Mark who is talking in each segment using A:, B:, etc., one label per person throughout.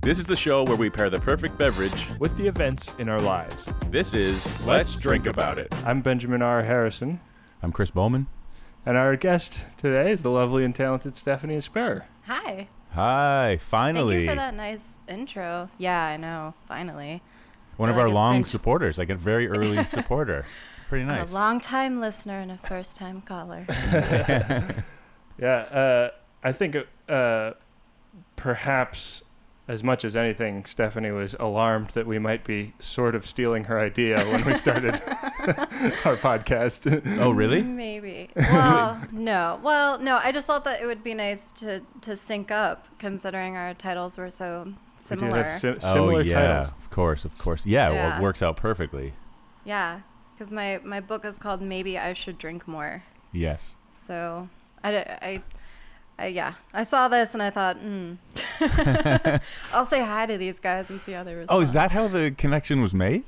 A: This is the show where we pair the perfect beverage.
B: with the events in our lives.
A: This is Let's Drink About It.
B: I'm Benjamin R. Harrison,
C: I'm Chris Bowman.
B: and our guest today is the lovely and talented Stephanie Asper.
D: Hi.
C: Hi,
D: Thank
C: finally.
D: you for that nice intro. Yeah, I know. Finally.
C: One of
D: Like
C: our
D: it's
C: long
D: been-
C: supporters, like a very early supporter. It's pretty nice.
D: A long time listener and a first time caller.
B: Yeah, uh, I think uh, perhaps as much as anything, Stephanie was alarmed that we might be sort of stealing her idea when we started our podcast.
C: oh, really?
D: Maybe. Well, no. Well, no. I just thought that it would be nice to, to sync up considering our titles were so
B: We do
D: similar.
B: have sim-
C: oh,
B: similar
C: yeah.
B: titles.
C: Of course, of course. Yeah, well,
D: Yeah.
C: it works out perfectly.
D: yeah. Because my, my book is called Maybe I Should Drink More.
C: Yes.
D: So I, d- I- I- yeah, I saw this and I thought, hmm. I'll say hi to these guys and see how they respond.
C: Oh, is that how the connection was made?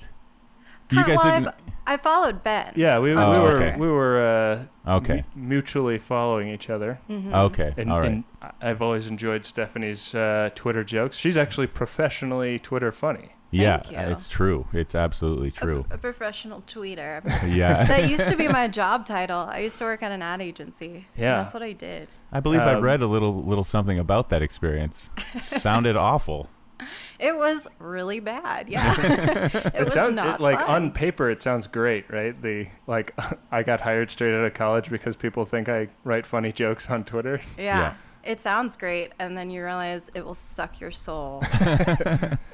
C: You
D: Huh,
C: guys
D: well,
C: didn't.
D: I've- I followed Ben.
B: Yeah, we, we
C: Oh,
B: were
C: okay.
B: we were uh,
C: Okay.
B: mu- mutually following each other.
D: Mm-hmm.
C: Okay.
B: And,
C: All right.
B: and I- I've always enjoyed Stephanie's uh, Twitter jokes. She's actually professionally Twitter funny.
C: yeah,
D: Thank
C: uh,
D: you.
C: it's true. It's absolutely
D: A-
C: true.
D: A, professional tweeter.
C: yeah.
D: that used to be my job title. I used to work at an ad agency.
B: Yeah.
D: That's what I did.
C: I believe I
B: Um,
C: read a little little something about that experience. Sounded awful.
D: It was really bad. Yeah. it, was
B: sounds
D: not
B: like
D: fun.
B: on paper it sounds great, right? The like I got hired straight out of college because people think I write funny jokes on Twitter.
D: yeah.
C: yeah.
D: It sounds great, and then you realize it will suck your soul.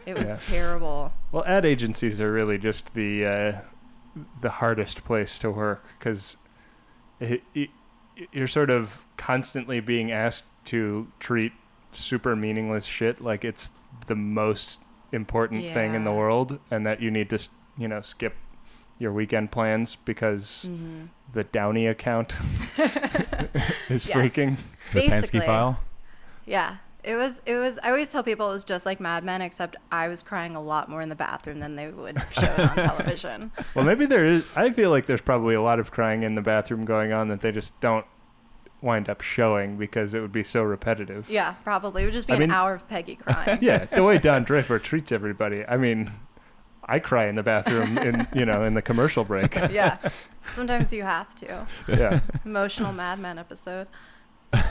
D: it was terrible.
B: Well, ad agencies are really just the uh, the hardest place to work because you're sort of constantly being asked to treat super meaningless shit like it's the most important thing in the
D: Yeah.
B: world, and that you need to s- you know skip your weekend plans because
D: Mm. Mm-hmm.
B: the Downey account is
D: Yes.
B: freaking.
C: The
D: Basically.
C: Penske file.
D: Yeah. It was, it was, I always tell people it was just like Mad Men, except I was crying a lot more in the bathroom than they would show it on television.
B: Well, maybe there is. I feel like there's probably a lot of crying in the bathroom going on that they just don't wind up showing because it would be so repetitive.
D: Yeah, probably. It would just be
B: I
D: an
B: mean-
D: hour of Peggy crying.
B: Yeah, the way Don Draper treats everybody. I mean, I cry in the bathroom in you know in the commercial break.
D: yeah. Sometimes you have to.
B: Yeah.
D: Emotional Mad Men episode.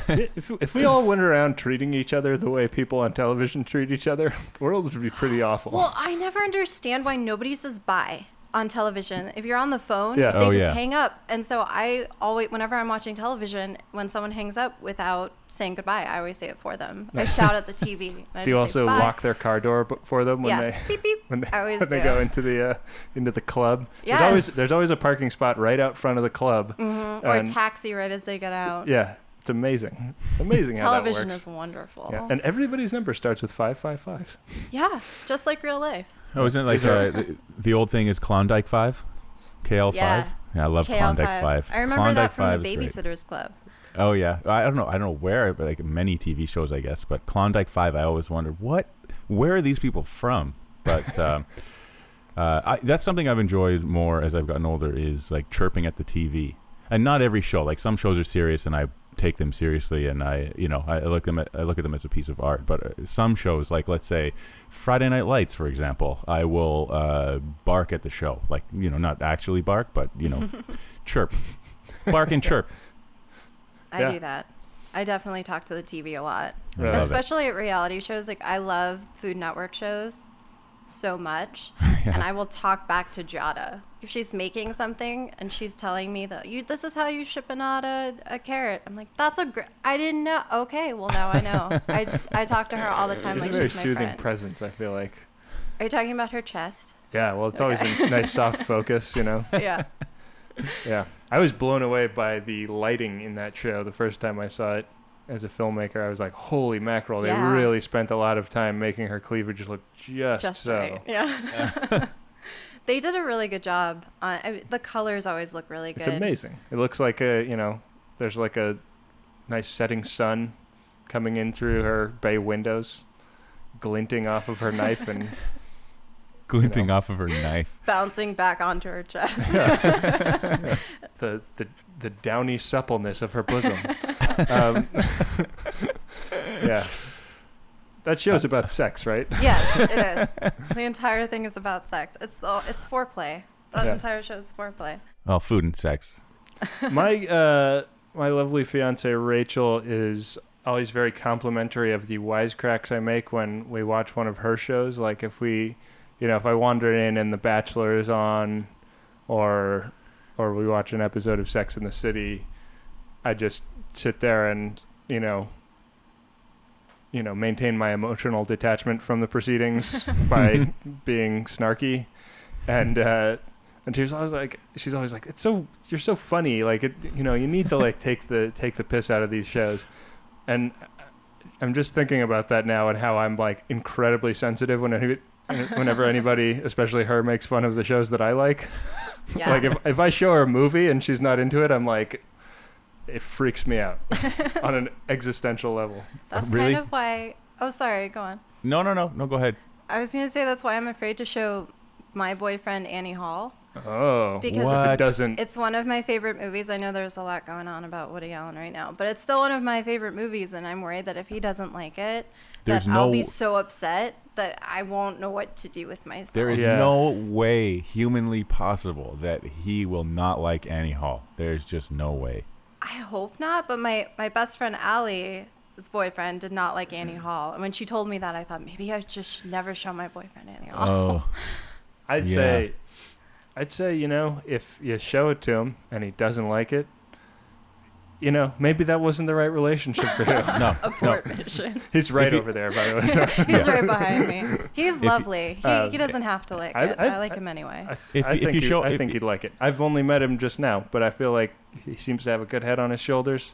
B: If if we all went around treating each other the way people on television treat each other, the world would be pretty awful.
D: Well, I never understand why nobody says bye on television. If you're on the phone,
B: Yeah.
D: they
C: Oh,
D: just
C: yeah.
D: hang up. And so I always, whenever I'm watching television, when someone hangs up without saying goodbye, I always say it for them. I shout at the TV. and I
B: Do you
D: just say
B: also
D: bye.
B: lock their car door b- for them when
D: Yeah.
B: they
D: Beep, beep.
B: when they,
D: I always
B: when they
D: do.
B: go into the uh, into the club?
D: Yeah.
B: There's always there's always a parking spot right out front of the club.
D: Or
B: and-
D: taxi right as they get out.
B: Yeah, it's amazing. It's amazing how that works.
D: Television is wonderful.
B: Yeah, and everybody's number starts with five five five.
D: yeah, just like real life.
C: Oh, isn't it like uh, the, the old thing is Klondike Five? KL Five.
D: Yeah.
C: I love Klondike
D: KL5.
C: Five.
D: I remember
C: Klondike
D: that from the
C: is great.
D: Babysitter's Club.
C: Oh yeah, I don't know. I don't know where, but like many TV shows, I guess. But Klondike Five, I always wondered what, where are these people from? But um, uh, I, that's something I've enjoyed more as I've gotten older is like chirping at the TV, and not every show. Like some shows are serious, and I take them seriously, and I, you know, I look them, at, I look at them as a piece of art. But uh, some shows, like let's say Friday Night Lights, for example, I will uh, bark at the show, like you know, not actually bark, but you know, chirp, bark and chirp.
D: I
B: Yeah.
D: do that. I definitely talk to the TV a lot,
C: I love it.
D: especially at reality shows. Like I love Food Network shows so much, and I will talk back to Giada if she's making something and she's telling me that you this is how you chip a, a carrot. I'm like, that's a gr- I didn't know. Okay, well now I know. I I talk to her all the time.
B: It's
D: like
B: a very
D: she's my
B: soothing
D: friend.
B: presence. I feel like.
D: Are you talking about her chest?
B: Yeah, well, it's always a nice soft focus, you know.
D: Yeah.
B: Yeah, I was blown away by the lighting in that show the first time I saw it. As a filmmaker, I was like, "Holy mackerel! They
D: Yeah.
B: really spent a lot of time making her cleavage look just,
D: just
B: so."
D: right. Yeah. they did a really good job. On, I mean, the colors always look really good.
B: It's amazing. It looks like a you know, there's like a nice setting sun coming in through her bay windows, glinting off of her knife and
C: glinting off of her knife.
D: Bouncing back onto her chest.
B: the the the downy suppleness of her bosom. um, yeah, That show's about sex, right?
D: Yes, it is. the entire thing is about sex. It's the it's foreplay. That
B: Yeah.
D: entire show is foreplay.
C: Well, Oh, food and sex.
B: my uh, my lovely fiance Rachel is always very complimentary of the wisecracks I make when we watch one of her shows. Like if we, you know, if I wander in and The Bachelor is on, or or we watch an episode of Sex in the City, I just sit there and you know. You know, maintain my emotional detachment from the proceedings by being snarky, and uh, and she was always like, she's always like, it's so you're so funny. Like it, you know, you need to like take the take the piss out of these shows. And I'm just thinking about that now and how I'm like incredibly sensitive when any, whenever anybody, especially her, makes fun of the shows that I like.
D: Yeah.
B: Like if if I show her a movie and she's not into it, I'm like, it freaks me out on an existential level.
D: that's
C: Really?
D: kind of why Oh sorry, go on.
C: No, no, no, no. Go ahead.
D: I was gonna say that's why I'm afraid to show my boyfriend Annie Hall.
B: Oh,
D: Because
C: What?
B: it doesn't.
D: It's one of my favorite movies. I know there's a lot going on about Woody Allen right now, but it's still one of my favorite movies, and I'm worried that if he doesn't like it,
C: There's
D: that I'll
C: no-
D: be so upset that I won't know what to do with myself.
C: There is
B: Yeah.
C: no way humanly possible that he will not like Annie Hall. There's just no way.
D: I hope not, but my, my best friend Allie's boyfriend did not like
B: Mm-hmm.
D: Annie Hall. And when she told me that, I thought maybe I just should never show my boyfriend Annie Hall.
C: Oh,
B: I'd
C: Yeah.
B: say, I'd say, you know, if you show it to him and he doesn't like it, you know, maybe that wasn't the right relationship for him.
C: no, no.
D: Abort mission.
B: He's right
C: If he-
B: over there, by the way. So
D: He's right behind me. He's
C: you-
D: lovely. he,
B: Uh,
D: he doesn't have to like
B: I-
D: it.
B: I-
D: I, like
B: I-
D: him anyway.
B: I,
C: If-
B: I
C: if
B: think
C: you
B: he-
C: show-
B: I
C: if-
B: think he'd like it. I've only met him just now, but I feel like he seems to have a good head on his shoulders.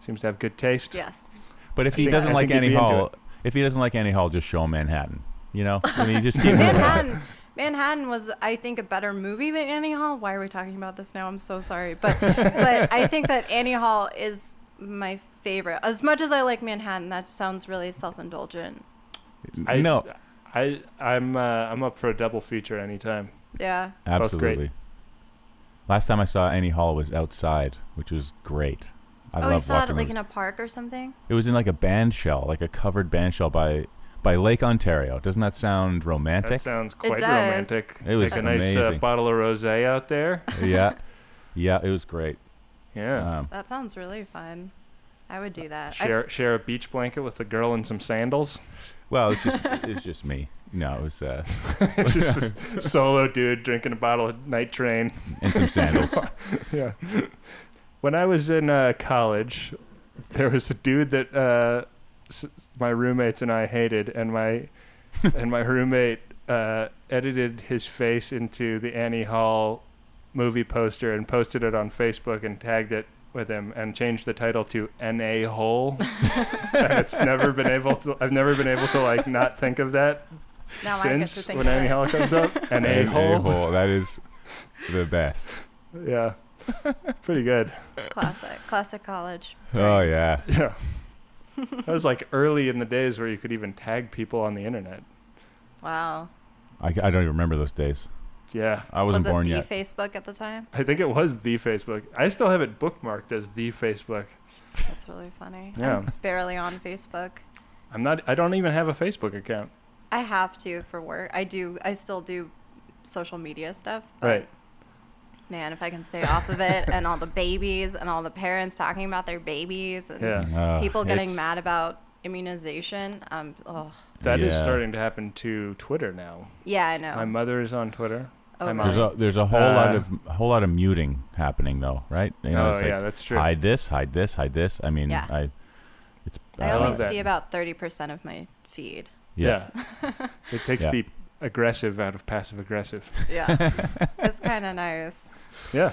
B: Seems to have good taste.
D: yes.
C: But if he
B: think-
C: doesn't
B: I
C: like
B: think he'd
C: Annie
B: be into
C: Hall,
B: it.
C: if he doesn't like Annie Hall, just show him Manhattan. You know, I mean, you just keep moving on.
D: Manhattan. Manhattan was, I think, a better movie than Annie Hall. Why are we talking about this now? I'm so sorry, but but I think that Annie Hall is my favorite. As much as I like Manhattan, that sounds really self-indulgent.
B: I
C: no,
B: I I'm uh, I'm up for a double feature anytime.
D: Yeah,
B: both great.
C: absolutely. Last time I saw Annie Hall was outside, which was great. I
D: oh, you
C: love
D: saw it
C: walking.
D: like
C: Like
D: in a park or something?
C: it was in like a band shell, like a covered band shell by by Lake Ontario. Doesn't that sound
B: That
C: romantic?
B: sounds quite
D: does.
B: romantic.
C: It was
B: Take a nice uh,
C: amazing.
B: bottle of rosé out there.
C: yeah, yeah, it was great.
B: Yeah.
C: Um,
D: That sounds really fun. I would
B: Uh,
D: do that. I
B: share
D: s-
B: share a beach blanket with a girl and some sandals.
C: well, it's just it's just me. No, it was uh,
B: just a solo dude drinking a bottle of night train.
C: and some sandals.
B: Yeah. When I was in uh, college, there was a dude that uh, s- my roommates and I hated, and my and my roommate uh, edited his face into the Annie Hall movie poster and posted it on Facebook and tagged it with him and changed the title to N.A. Hole. and it's never been able to. I've never been able to like not think of that
D: now I get to
B: since
D: think
B: when
D: of
B: Annie
D: it.
B: Hall comes up. An
C: An
B: a hole.
C: a-hole, That is the best.
B: Yeah. Pretty good.
D: It's classic, classic college.
C: Oh yeah.
B: Yeah. that was like early in the days where you could even tag people on the internet.
D: Wow.
C: I, I don't even remember those days.
B: Yeah.
C: I wasn't
D: was it
C: born
D: the
C: yet.
D: Facebook at the time?
B: I think it was the Facebook. I still have it bookmarked as the Facebook.
D: That's really funny.
B: Yeah.
D: I'm barely on Facebook.
B: I'm not I don't even have a Facebook account.
D: I have to for work. I do. I still do social media stuff. But
B: Right.
D: Man, if I can stay off of it, and all the babies, and all the parents talking about their babies, and
B: Yeah. Uh,
C: Ugh,
D: people getting
C: Uh, it's-
D: mad about immunization. Um. Oh.
B: That is
C: Yeah.
B: starting to happen to Twitter now.
D: Yeah, I know.
B: My mother is on Twitter.
D: Oh,
B: my
C: There's
B: mom.
D: really?
C: a there's a whole lot
B: Uh,
C: of a whole lot of muting happening though, right? You
B: Oh, yeah, that's true.
C: Hide this, hide this, hide this. I mean,
D: Yeah.
C: I it's
D: I
C: uh,
B: love
D: only
B: that.
D: see about thirty percent of my feed.
B: yeah. it takes
C: Yeah.
B: the aggressive out of passive aggressive.
D: Yeah, it's kind of nice.
B: Yeah.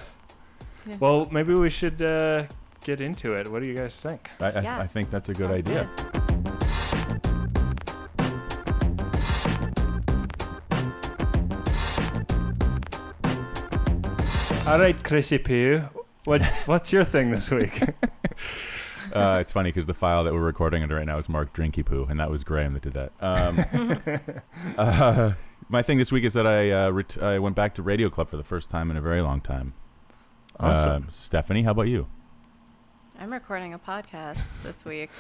D: Yeah.
B: Well, maybe we should uh, get into it. What do you guys think?
C: I, I,
D: Yeah.
C: I think that's a good
D: Sounds
C: idea.
D: good.
B: All right, Chrissy Pugh, what what's your thing this week?
C: Uh, it's funny because the file that we're recording under right now is marked Drinky Poo, and that was Graham that did that. Um, uh, my thing this week is that I uh, ret- I went back to Radio Club for the first time in a very long time. Um,
B: Awesome.
C: Uh, Stephanie, how about you?
D: I'm recording a podcast this week.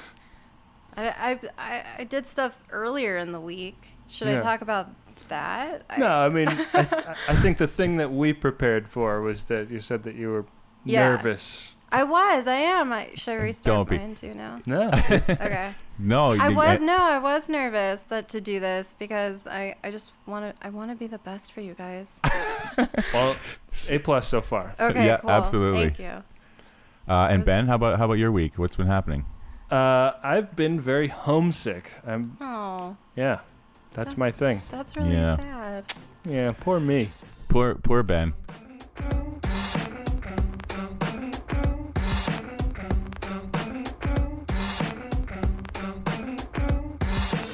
D: I, I, I, I did stuff earlier in the week. Should I
B: Yeah.
D: talk about that? I-
B: No, I mean, I, th- I think the thing that we prepared for was that you said that you were
D: Yeah.
B: nervous.
D: I was. I am. I, should I
C: Don't
D: restart
C: be.
D: mine too now?
B: No,
D: Okay.
C: No, you
D: I
C: didn't-
D: was no, I was nervous that to do this because I, I just want to I want to be the best for you guys.
B: well, a plus so far.
D: Okay,
C: Yeah,
D: cool.
C: absolutely.
D: Thank you.
C: Uh, and
D: was-
C: Ben, how about how about your week? What's been happening?
B: Uh, I've been very homesick. I'm
D: Oh,
B: yeah, that's my thing.
D: that's really
C: Yeah.
D: sad.
B: Yeah, poor me.
C: Poor poor Ben.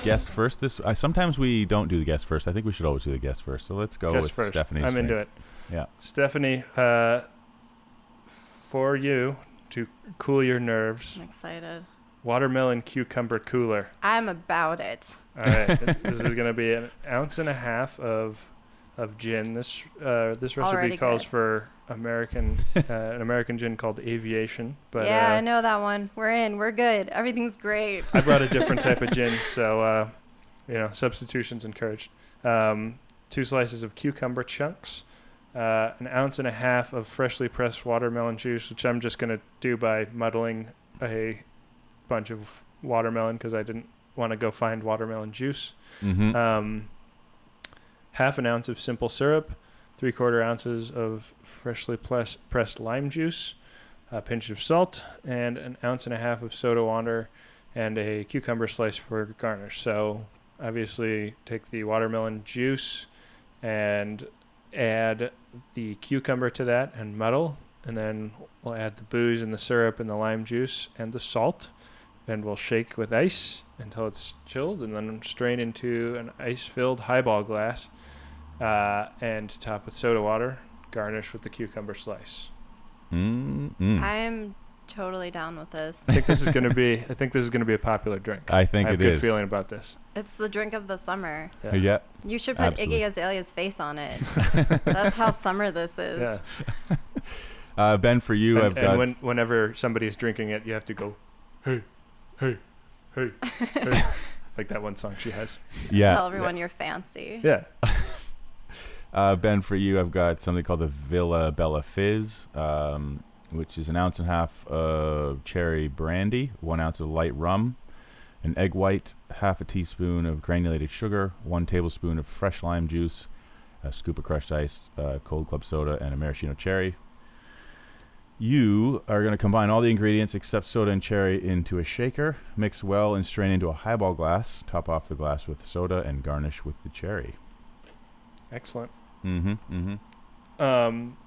C: Guest first. This I sometimes we don't do the guest first. I think we should always do the guest first. So let's go
B: Just
C: with
B: first,
C: Stephanie.
B: I'm into it.
C: Yeah.
B: Stephanie, uh, for you to cool your nerves,
D: I'm excited.
B: watermelon cucumber cooler.
D: I'm about it.
B: All right, this is going to be an ounce and a half of of gin. This uh, this recipe
D: Already
B: calls
D: good.
B: for American uh, an American gin called Aviation, but
D: yeah,
B: uh,
D: I know that one. We're in. We're good. Everything's great.
B: I brought a different type of gin, so uh, you know substitutions encouraged. Um, two slices of cucumber chunks, uh, an ounce and a half of freshly pressed watermelon juice, which I'm just gonna do by muddling a bunch of watermelon because I didn't want to go find watermelon juice.
C: Mm-hmm.
B: Um, half an ounce of simple syrup, three quarter ounces of freshly ples- pressed lime juice, a pinch of salt, and an ounce and a half of soda water, and a cucumber slice for garnish. So obviously, take the watermelon juice and add the cucumber to that and muddle. And then we'll add the booze and the syrup and the lime juice and the salt and we'll shake with ice until it's chilled and then strain into an ice filled highball glass uh, and top with soda water. Garnish with the cucumber slice.
C: mm
D: I am totally down with this.
B: I think this is going to be. I think this is going to be a popular drink.
C: I think
B: I have
C: it
B: a good
C: is.
B: feeling about this.
D: It's the drink of the summer.
B: Yeah.
C: Yeah.
D: You should put
C: Absolutely.
D: Iggy Azalea's face on it. That's how summer this is.
B: Yeah.
C: Uh, ben, for you,
B: and
C: I've
B: and
C: got.
B: when, whenever somebody is drinking it, you have to go, hey, hey, hey, hey, like that one song she has.
C: yeah.
D: Tell everyone you're fancy.
B: Yeah.
C: Uh, ben, for you, I've got something called the Villa Bella Fizz, um, which is an ounce and a half of cherry brandy, one ounce of light rum, an egg white, half a teaspoon of granulated sugar, one tablespoon of fresh lime juice, a scoop of crushed ice, uh, cold club soda, and a maraschino cherry. You are going to combine all the ingredients except soda and cherry into a shaker, mix well, and strain into a highball glass. Top off the glass with soda and garnish with the cherry.
B: Excellent.
C: Mm-hmm. Mm-hmm.
B: Um,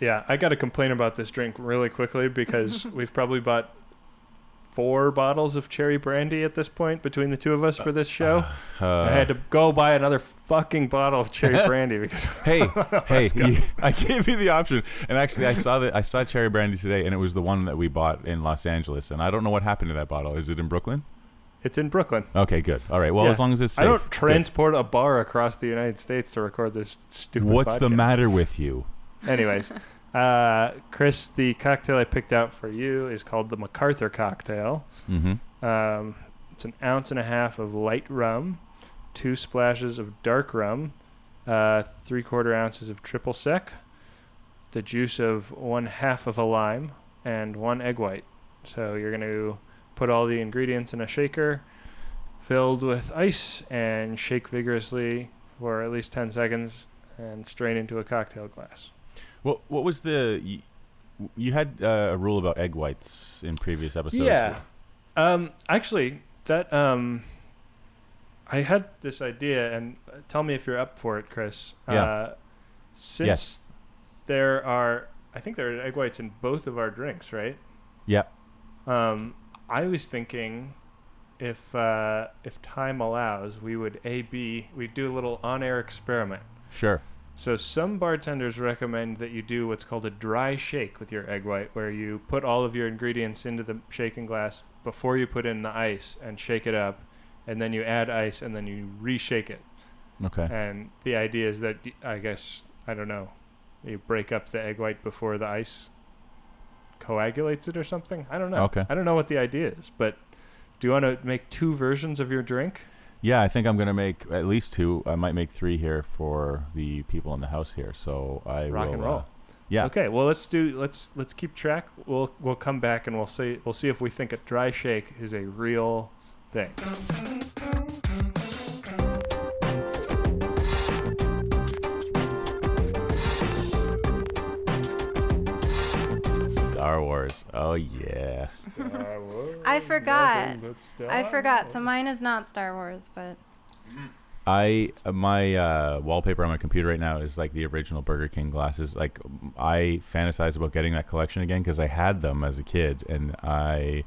B: yeah, I got to complain about this drink really quickly because we've probably bought four bottles of cherry brandy at this point between the two of us for this show.
C: Uh,
B: I had to go buy another fucking bottle of cherry brandy because
C: hey, hey, you- I gave you the option. And actually, I saw that I saw cherry brandy today, and it was the one that we bought in Los Angeles. And I don't know what happened to that bottle. Is it in Brooklyn?
B: it's in Brooklyn.
C: Okay, good. All right. Well,
B: Yeah.
C: as long as it's safe.
B: I don't
C: good.
B: transport a bar across the United States to record this stupid.
C: What's the
B: podcast.
C: matter with you?
B: Anyways, uh, Chris, the cocktail I picked out for you is called the MacArthur cocktail.
C: Mm-hmm.
B: Um, it's an ounce and a half of light rum, two splashes of dark rum, uh, three quarter ounces of triple sec, the juice of one half of a lime, and one egg white. So you're going to put all the ingredients in a shaker filled with ice and shake vigorously for at least 10 seconds and strain into a cocktail glass.
C: What What was the? You, you had uh, a rule about egg whites in previous episodes.
B: Yeah. Um, actually, that um, I had this idea, and uh, tell me if you're up for it, Chris.
C: Yeah.
B: Uh, since
C: Yes.
B: there are, I think there are egg whites in both of our drinks, right?
C: Yeah.
B: Um, I was thinking, if uh, if time allows, we would A B, we do a little on-air experiment.
C: Sure.
B: So some bartenders recommend that you do what's called a dry shake with your egg white, where you put all of your ingredients into the shaking glass before you put in the ice and shake it up, and then you add ice and then you reshake it.
C: Okay.
B: And the idea is that y- I guess I don't know, you break up the egg white before the ice coagulates it or something. I don't know.
C: Okay.
B: I don't know what the idea is, but Do you want to make two versions of your drink?
C: Yeah, I think I'm gonna make at least two. I might make three here for the people in the house here. So I
B: Rock
C: will,
B: and
C: uh,
B: roll.
C: yeah.
B: Okay. Well, let's do let's let's keep track. We'll we'll come back and we'll see we'll see if we think a dry shake is a real thing.
C: Star Wars. Oh yeah.
D: I forgot. I forgot. So mine is not Star Wars, but
C: I my uh, wallpaper on my computer right now is like the original Burger King glasses. Like I fantasize about getting that collection again because I had them as a kid and I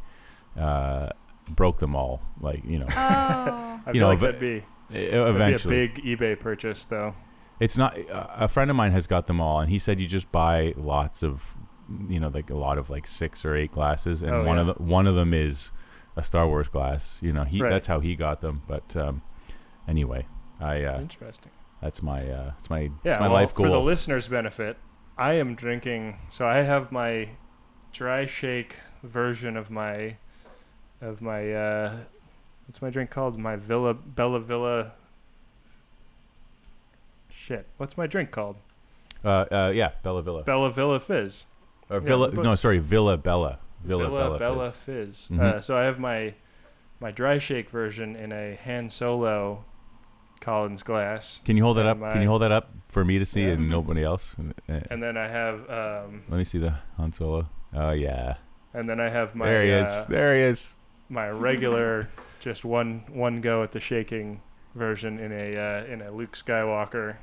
C: uh, broke them all. Like you know,
D: oh,
B: I
C: you
B: feel
C: know,
B: like
C: but-
B: that'd be that'd
C: eventually
B: be a big eBay purchase though.
C: it's not. uh, A friend of mine has got them all, and he said you just buy lots of, you know, like a lot of like six or eight glasses, and
B: Oh,
C: one
B: yeah.
C: of the, one of them is a Star Wars glass. You know, he
B: Right.
C: that's how he got them. But um, anyway, I uh,
B: Interesting.
C: that's my uh, that's my
B: Mm-hmm. Yeah.
C: that's my
B: well,
C: life goal.
B: for the listeners' benefit, I am drinking. So I have my dry shake version of my of my uh, what's my drink called? My Villa Bella Villa. Shit. What's my drink called?
C: Uh, uh, yeah, Bella Villa.
B: Bella Villa Fizz.
C: or
B: yeah,
C: Villa.
B: but-
C: no, sorry, Villa Bella.
B: Villa, Bella,
C: Bella.
B: Fizz.
C: Mhm.
B: Uh, so I have my my dry shake version in a Han Solo Collins glass,
C: Can you hold that
B: Yeah,
C: up? Can
B: my-
C: you hold that up for me to see
B: Yeah.
C: and nobody else? And, uh,
B: and then I have um,
C: let me see the Han Solo. Oh yeah,
B: and then I have my
C: there he
B: uh,
C: is. There he is.
B: my regular just one one go at the shaking version in a uh, in a Luke Skywalker.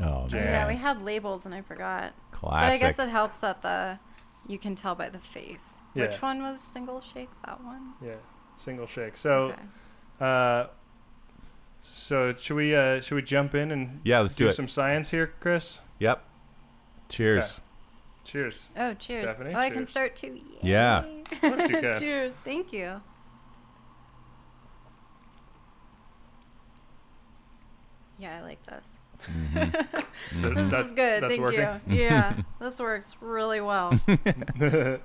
C: Oh
B: Yeah.
D: yeah.
C: man,
D: we had labels and I forgot. But I
C: classic.
D: guess uh, it helps that the you can tell by the face.
B: Yeah.
D: Which one was single shake? That one.
B: Yeah, single shake. So
D: Okay.
B: uh, so should we uh, should we jump in and
C: yeah, let's do,
B: do
C: it.
B: some science here, Chris?
C: Yep. Cheers.
B: Cheers.
D: Oh, cheers!
B: Stephanie,
D: oh, I can
B: cheers.
D: start too.
C: Yeah.
D: Yay.
B: course you can.
D: cheers! Thank you. Yeah, I like this.
B: So
C: Mm-hmm.
B: Mm-hmm.
D: This
B: that-
D: is good.
B: that's
D: Thank
B: working?
D: you. Yeah, this works really well.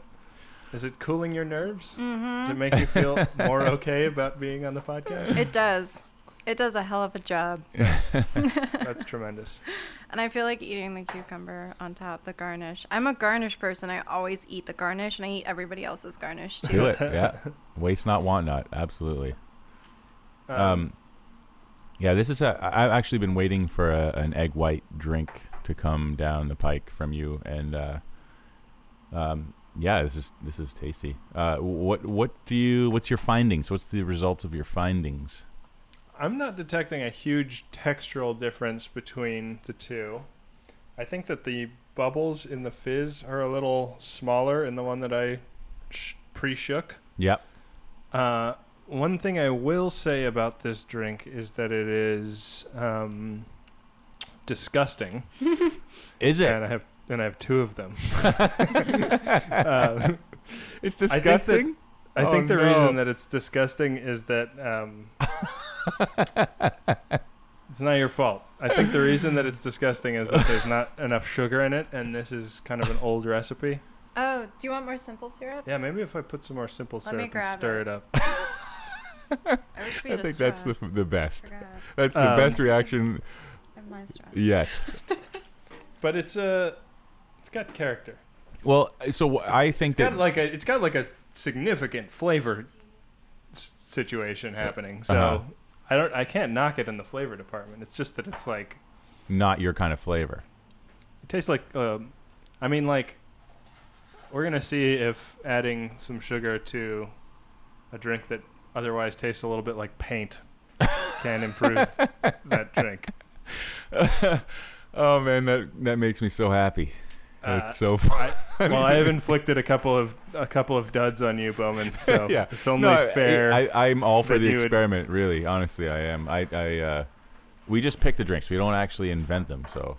B: Is it cooling your nerves?
D: Mm-hmm.
B: Does it make you feel more okay about being on the podcast?
D: It does. It does a hell of a job.
C: Mm-hmm.
B: That's tremendous.
D: And I feel like eating the cucumber on top, the garnish. I'm a garnish person. I always eat the garnish, and I eat everybody else's garnish too.
C: Do it. Yeah. Waste not, want not. Absolutely.
B: Um,
C: Um, yeah, this is a. I- I've actually been waiting for a, an egg white drink to come down the pike from you, and uh, um, yeah, this is this is tasty. Uh, what what do you? What's your findings? What's the results of your findings?
B: I'm not detecting a huge textural difference between the two. I think that the bubbles in the fizz are a little smaller in the one that I sh- pre shook.
C: Yep.
B: Uh, one thing I will say about this drink is that it is um, disgusting.
C: Is it?
B: and I have and I have two of them. Uh,
C: it's
B: think that-
C: disgusting.
B: I
C: Oh,
B: think the
C: no.
B: reason that it's disgusting is that um, it's not your fault. I think the reason that it's disgusting is that there's not enough sugar in it, and this is kind of an old recipe.
D: Oh, do you want more simple syrup?
B: Yeah, maybe if I put some more simple
D: Let me
B: syrup and
D: grab
B: stir it
D: it.
B: up.
D: I, wish we
C: I
D: had a
C: think that's
D: straw.
C: the the best.
D: I forgot.
C: That's
B: the
C: the
B: Um, best
C: best reaction.
D: I have my straw.
C: Yes.
B: But it's uh, it's got character.
C: Well, so I think
B: It's got
C: that
B: like a it's got like a significant flavor s- situation happening. So
C: Uh-huh.
B: I don't I can't knock it in the flavor department. It's just that it's like
C: not your kind of flavor.
B: It tastes like, um, I mean, like, we're gonna see if adding some sugar to a drink that otherwise tastes a little bit like paint can improve that drink.
C: oh man, that that makes me so happy.
B: Uh,
C: That's so fun.
B: I, well, I have inflicted a couple of a couple of duds on you, Bowman. So
C: yeah,
B: it's only
C: No, I-
B: fair.
C: I, am all for
B: that
C: the
B: you would-
C: experiment, really. Honestly, I am. I, I uh, we just pick the drinks. We don't actually invent them. So,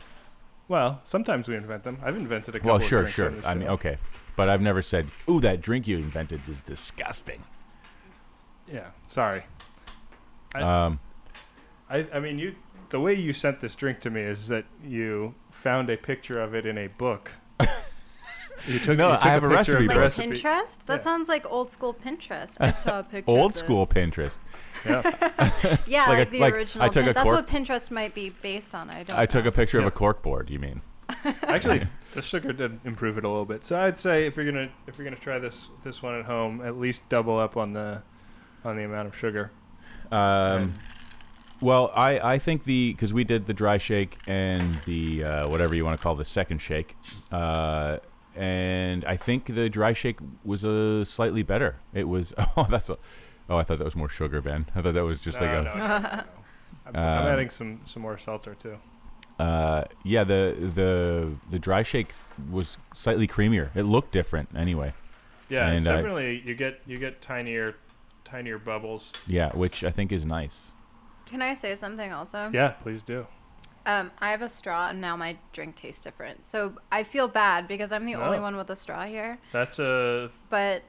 B: well, sometimes we invent them. I've invented a couple.
C: well,
B: of
C: sure,
B: drinks
C: sure.
B: on this
C: I mean,
B: show.
C: okay, but I've never said, "Ooh, that drink you invented is disgusting."
B: Yeah, sorry. I-
C: um,
B: I, I mean, you. The way you sent this drink to me is that you found a picture of it in a book You took,
C: No,
B: you
C: I
B: took
C: have a
B: picture of
C: recipe
B: the
D: Like
C: book.
B: recipe.
D: Pinterest? That
B: Yeah.
D: sounds like old school Pinterest. I saw a picture. of
C: Old
D: this.
C: school Pinterest.
B: Yeah.
D: Yeah,
C: Like
D: like,
C: a-
D: the
C: like,
D: original.
C: I took
D: Pin-
C: a
D: That's
C: cork-
D: what Pinterest might be based on. I don't.
C: I took
D: know.
C: a picture
B: Yeah.
C: of a cork board. You mean?
B: Actually, the sugar did improve it a little bit. So I'd say if you're gonna if you're gonna try this this one at home, at least double up on the on the amount of sugar.
C: Um, well, I, I think the because we did the dry shake and the uh, whatever you want to call the second shake, uh, and I think the dry shake was uh, slightly better. It was oh that's a, oh I thought that was more sugar, Ben. I thought that was just like
B: No,
C: a
B: no, no, no, no. I'm, I'm
C: Um,
B: adding some some more seltzer too.
C: Uh, yeah, the the the dry shake was slightly creamier. It looked different anyway.
B: Yeah, it's
C: and I-
B: definitely you get you get tinier tinier bubbles.
C: Yeah, which I think is nice.
D: Can I say something also?
B: Yeah, please do.
D: Um, I have a straw, and now my drink tastes different. So I feel bad because I'm the only
B: Oh.
D: one with a straw here.
B: That's a
D: But,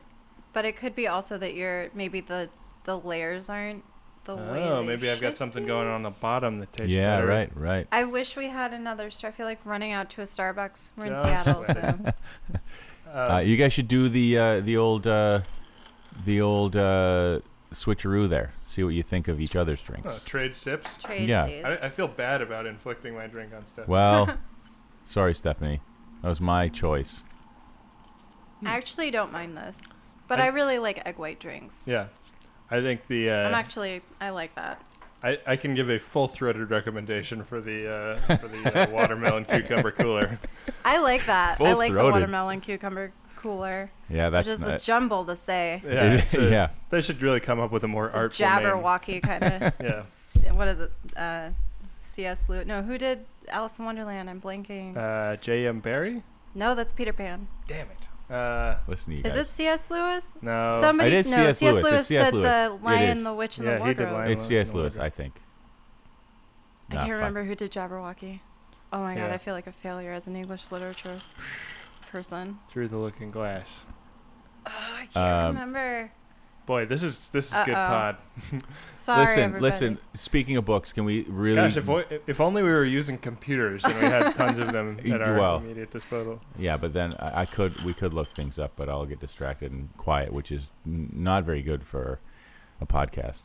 D: but it could be also that you're maybe the the layers aren't the way.
B: oh
D: they
B: maybe I've got
D: should
B: something
D: be.
B: going on the bottom that tastes
C: yeah,
B: better.
C: right, right.
D: I wish we had another straw. I feel like running out to a Starbucks. We're in
B: Just
D: Seattle,
B: wait.
D: so
C: Uh, you guys should do the uh, the old uh, the old uh, switcheroo there. See what you think of each other's drinks.
B: Uh, trade sips.
D: trade
C: Yeah.
D: seas.
B: I, I feel bad about inflicting my drink on Steph.
C: Well, sorry, Stephanie, that was my choice. Hmm.
D: I actually don't mind this, but
B: I-
D: I, really like egg white drinks.
B: Yeah, I think the uh,
D: I'm actually I like that.
B: I, I can give a full-throated recommendation for the uh, for the uh, watermelon cucumber cooler.
D: I like that. I like the
C: Full-throated.
D: watermelon cucumber cooler.
C: Yeah, that's
D: which is a
C: not,
D: jumble to say.
B: Yeah,
C: It-
B: it's a-
C: yeah.
B: They should really come up with a more
D: It's a
B: artful name.
D: Jabberwocky kind of.
B: Yeah.
D: What is it? Uh, C.S. Lewis. No, who did Alice in Wonderland? I'm blanking.
B: Uh, J.M. Barry.
D: no, that's Peter Pan.
B: Damn it. Uh,
C: listen to you
D: Is
C: guys.
D: it C.S. Lewis?
B: no.
D: Somebody.
C: It is
D: no,
C: C.S.
D: C.S.
C: Lewis. It's
D: Lewis
C: C.S.
D: did
C: Lewis.
D: the
C: It
D: Lion,
C: is.
D: the Witch, and
B: Yeah,
D: the
B: he did
D: Wardrobe.
B: Lion-
C: it's C.S. Lewis,
B: Nah,
C: I think.
D: I
C: Nah,
D: can't
C: fuck.
D: remember who did Jabberwocky. Oh my god,
B: Yeah.
D: I feel like a failure as an English literature person.
B: Through the looking glass.
D: Oh, I can't
C: Um,
D: remember.
B: Boy, this is this is good
D: Uh-oh.
B: pod.
D: Sorry,
C: listen,
D: everybody.
C: listen. Speaking of books, can we really?
B: Gosh, if, we, if only we were using computers and we had tons of them at our
C: Well.
B: immediate disposal.
C: Yeah, but then I, I could we could look things up, but I'll get distracted and quiet, which is n- not very good for a podcast.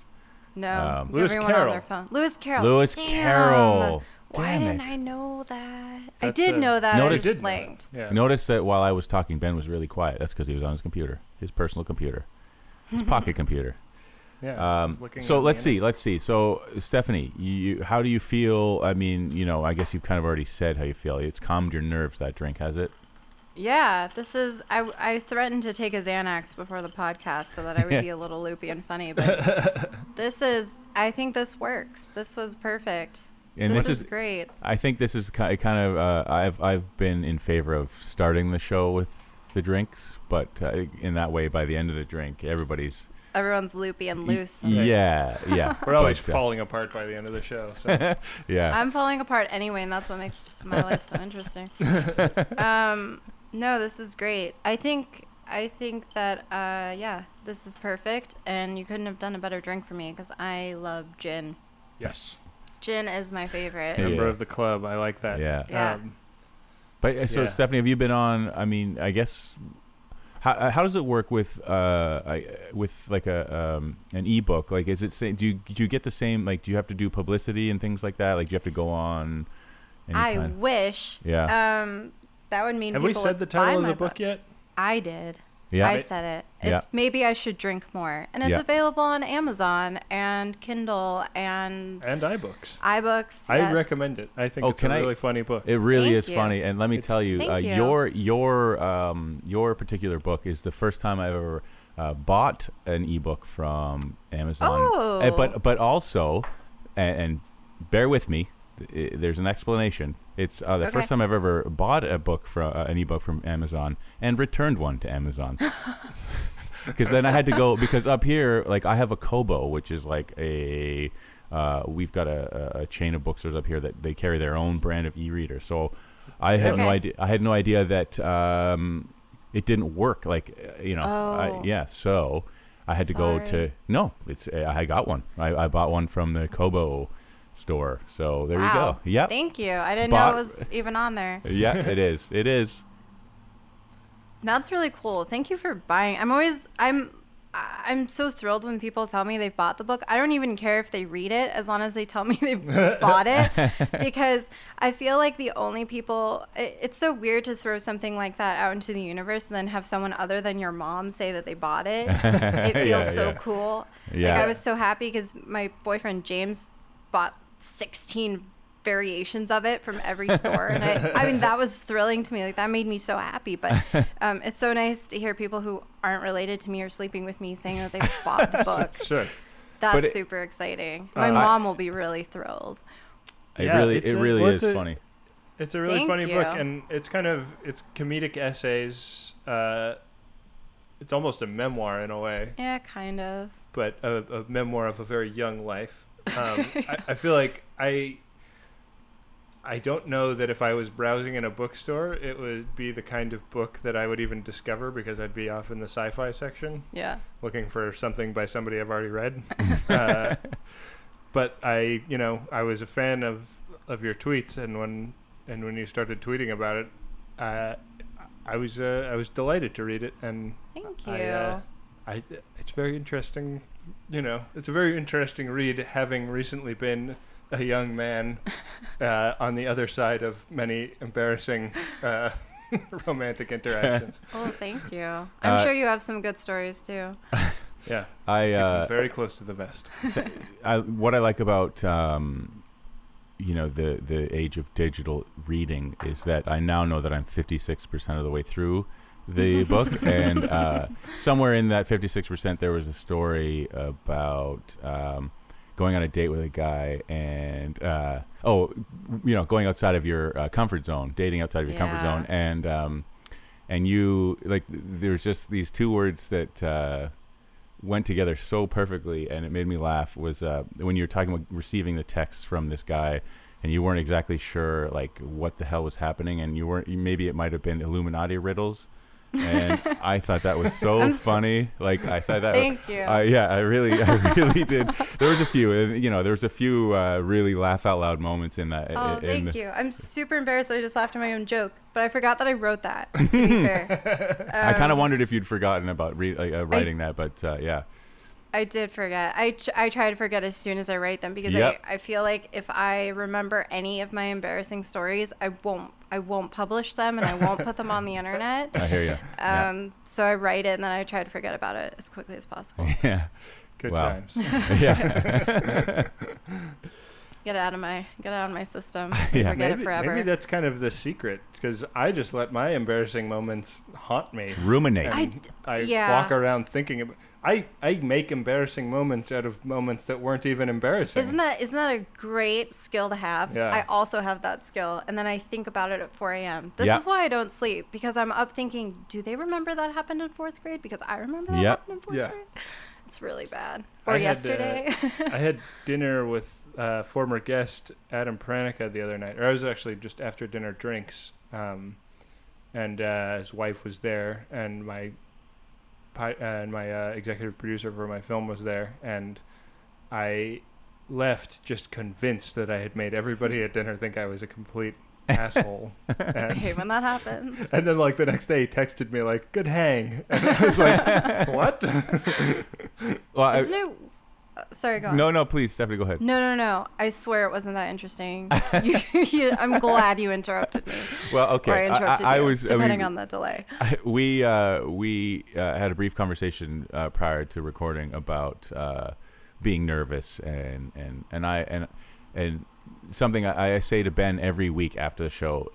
D: No,
C: Um,
B: Lewis
D: everyone
B: Carroll.
D: on their phone. Lewis Carroll.
C: Lewis
D: Damn.
C: Carroll.
D: Why
C: Damn
D: didn't
C: it.
D: I know that? I
B: That's
D: did
B: a-
D: know that.
C: No,
D: I
C: they
D: just
B: did know that.
D: blanked.
B: Yeah.
C: Notice that while I was talking, Ben was really quiet. That's because he was on his computer, his personal computer, his
D: Mm-hmm.
C: pocket computer.
B: yeah.
C: Um,
B: just looking
C: so
B: on the
C: let's see,
B: internet.
C: let's see. So Stephanie, you, how do you feel? I mean, you know, I guess you've kind of already said how you feel. It's calmed your nerves that drink, has it?
D: Yeah, this is. I, I threatened to take a Xanax before the podcast so that I
C: Yeah.
D: would be a little loopy and funny, but this is. I think this works. This was perfect.
C: And
D: this,
C: this is
D: great.
C: I think this is ki- kind of uh, I've I've been in favor of starting the show with the drinks, but uh, in that way, by the end of the drink, everybody's
D: Everyone's loopy and loose. and-
C: yeah, yeah.
B: We're always
C: but, uh,
B: falling apart by the end of the show. So
C: yeah,
D: I'm falling apart anyway, and that's what makes my life so interesting.
C: uh,
D: um, no, this is great. I think I think that uh, yeah, this is perfect, and you couldn't have done a better drink for me because I love gin.
B: yes,
D: Gin is my favorite.
C: Yeah.
B: member of the club. I like that.
C: yeah.
D: Yeah.
B: Um,
C: But uh, so,
B: Yeah.
C: Stephanie, have you been on? I mean, I guess how uh, how does it work with uh I, with like a um an ebook? Like, is it say, do you do you get the same? Like, do you have to do publicity and things like that? Like, do you have to go on? Any
D: I
C: kind?
D: wish.
C: Yeah,
D: Um, that would mean
B: have we
D: people
B: said
D: would
B: the
D: buy
B: title of
D: my
B: the book, yet?
D: I did.
C: yeah.
D: I said it. It's
C: Yeah.
D: maybe I should drink more, and it's
C: Yeah.
D: available on Amazon and Kindle and
B: And iBooks.
D: iBooks.
B: I
D: yes.
B: recommend it. I think
C: Oh,
B: it's
C: can
B: a
C: I-
B: really funny book.
C: It really
D: Thank
C: is
D: you.
C: funny, and let me
B: It's-
C: tell you,
D: Thank
C: uh,
D: you.
C: your your um, your particular book is the first time I've ever uh, bought an ebook from Amazon.
D: Oh.
C: Uh, but but also, and, and bear with me, th- i- there's an explanation. It's uh, the
D: Okay.
C: first time I've ever bought a book from uh, an ebook from Amazon and returned one to Amazon. because then I had to go because up here, like I have a Kobo, which is like a uh, we've got a, a- a chain of bookstores up here that they carry their own brand of e-reader. So I had no
D: Okay.
C: idea. I had no idea that um, it didn't work. Like uh, you know, I,
D: Oh.
C: yeah. So I had to go
D: Sorry.
C: to no. It's I got one. I, I bought one from the Kobo store. So there you
D: Wow.
C: go. Yep.
D: Thank you. I didn't
C: Bought-
D: know it was even on there.
C: yeah, it is. It is.
D: That's really cool. Thank you for buying. I'm always I'm I'm so thrilled when people tell me they've bought the book. I don't even care if they read it as long as they tell me they've bought it because I feel like the only people it, it's so weird to throw something like that out into the universe and then have someone other than your mom say that they bought it. It feels
C: Yeah,
D: so
C: yeah.
D: cool. Like
C: Yeah.
D: I was so happy cuz my boyfriend James bought 16 variations of it from every store and I, I mean that was thrilling to me like that made me so happy but um, it's so nice to hear people who aren't related to me or sleeping with me saying that they bought the book
B: Sure.
C: But
D: that's
C: it-
D: super exciting my
B: Uh,
D: mom will be really thrilled
C: It
B: Yeah,
C: really,
B: it's
C: it
B: a-
C: really
B: well,
C: is
B: it's a-
C: funny.
B: It's a really
D: Thank
B: funny
D: you.
B: book, and it's kind of it's comedic essays. Uh, it's almost a memoir in a way,
D: yeah kind of
B: but a, a memoir of a very young life. Um, I, I feel like I I don't know that if I was browsing in a bookstore, it would be the kind of book that I would even discover because I'd be off in the sci-fi section
D: yeah
B: looking for something by somebody I've already read. uh, but I, you know, I was a fan of of your tweets, and when and when you started tweeting about it, uh, I was uh, I was delighted to read it, and
D: thank you
B: I, uh, I it's very interesting. You know, it's a very interesting read, having recently been a young man uh, on the other side of many embarrassing. Uh, romantic interactions
D: oh thank you i'm
C: Uh,
D: sure you have some good stories too
B: yeah
C: I, uh,
B: very close to the vest
C: I what I like about um, you know the the age of digital reading is that I now know that I'm 56 percent of the way through the book, and uh, somewhere in that 56 percent there was a story about. Um, Going on a date with a guy and uh, oh, you know, going outside of your uh, comfort zone, dating outside of your comfort
D: Yeah.
C: zone, and um, and you like there's just these two words that uh, went together so perfectly and it made me laugh was uh, when you were talking about receiving the text from this guy and you weren't exactly sure like what the hell was happening and you weren't maybe it might have been illuminati riddles and i thought that was so
D: I'm s-
C: funny like i thought that
D: thank you
C: uh, yeah, I really, I really did. There was a few, uh, you know, there was a few uh, really laugh out loud moments in that.
D: Oh,
C: in,
D: thank you. I'm super embarrassed. that I just laughed at my own joke, but I forgot that I wrote that. To be fair,
C: I kind
D: Um,
C: of wondered if you'd forgotten about re- like, uh, writing that, but uh, yeah,
D: I did forget. I, tr- I try to forget as soon as I write them because
C: Yep.
D: I, I feel like if I remember any of my embarrassing stories, I won't I won't publish them and I won't put them on the internet.
C: I hear you.
D: Um, so I write it and then I try to forget about it as quickly as possible.
C: yeah,
B: good
C: Wow.
B: times
C: yeah.
D: Get it out of my get it out of my system.
C: Yeah.
D: Forget
B: maybe,
D: it forever.
B: maybe that's kind of the secret because I just let my embarrassing moments haunt me.
C: Ruminate.
D: I-
B: And I,
D: yeah.
B: walk around thinking about. I, I make embarrassing moments out of moments that weren't even embarrassing.
D: Isn't that isn't that a great skill to have?
B: Yeah.
D: I also have that skill, and then I think about it at 4 a.m. This
C: Yeah.
D: is why I don't sleep because I'm up thinking, do they remember that happened in fourth grade? Because I remember that
C: Yeah.
D: happened in fourth
B: Yeah.
D: grade. It's really bad. Or
B: I had, uh,
D: yesterday.
B: I had dinner with uh, former guest Adam Pranica the other night, or I was actually just after dinner drinks, um, and uh, his wife was there, and my pi- uh, and my uh, executive producer for my film was there, and I left just convinced that I had made everybody at dinner think I was a complete asshole,
D: I
B: and,
D: hate when that happens.
B: and then like the next day he texted me like good hang, and I was like what?
C: well, I-
D: Isn't it? uh, sorry, go on.
C: no, no, please, Stephanie, go ahead.
D: No, no, no. I swear it wasn't that interesting. you, you, I'm glad you interrupted me.
C: Well, okay,
D: Or I
C: I- I-
D: interrupted
C: I
D: you,
C: was- I
D: depending
C: mean-
D: on the delay.
C: I- we uh, we uh, had a brief conversation uh, prior to recording about uh, being nervous and and and I and and something I, I say to Ben every week after the show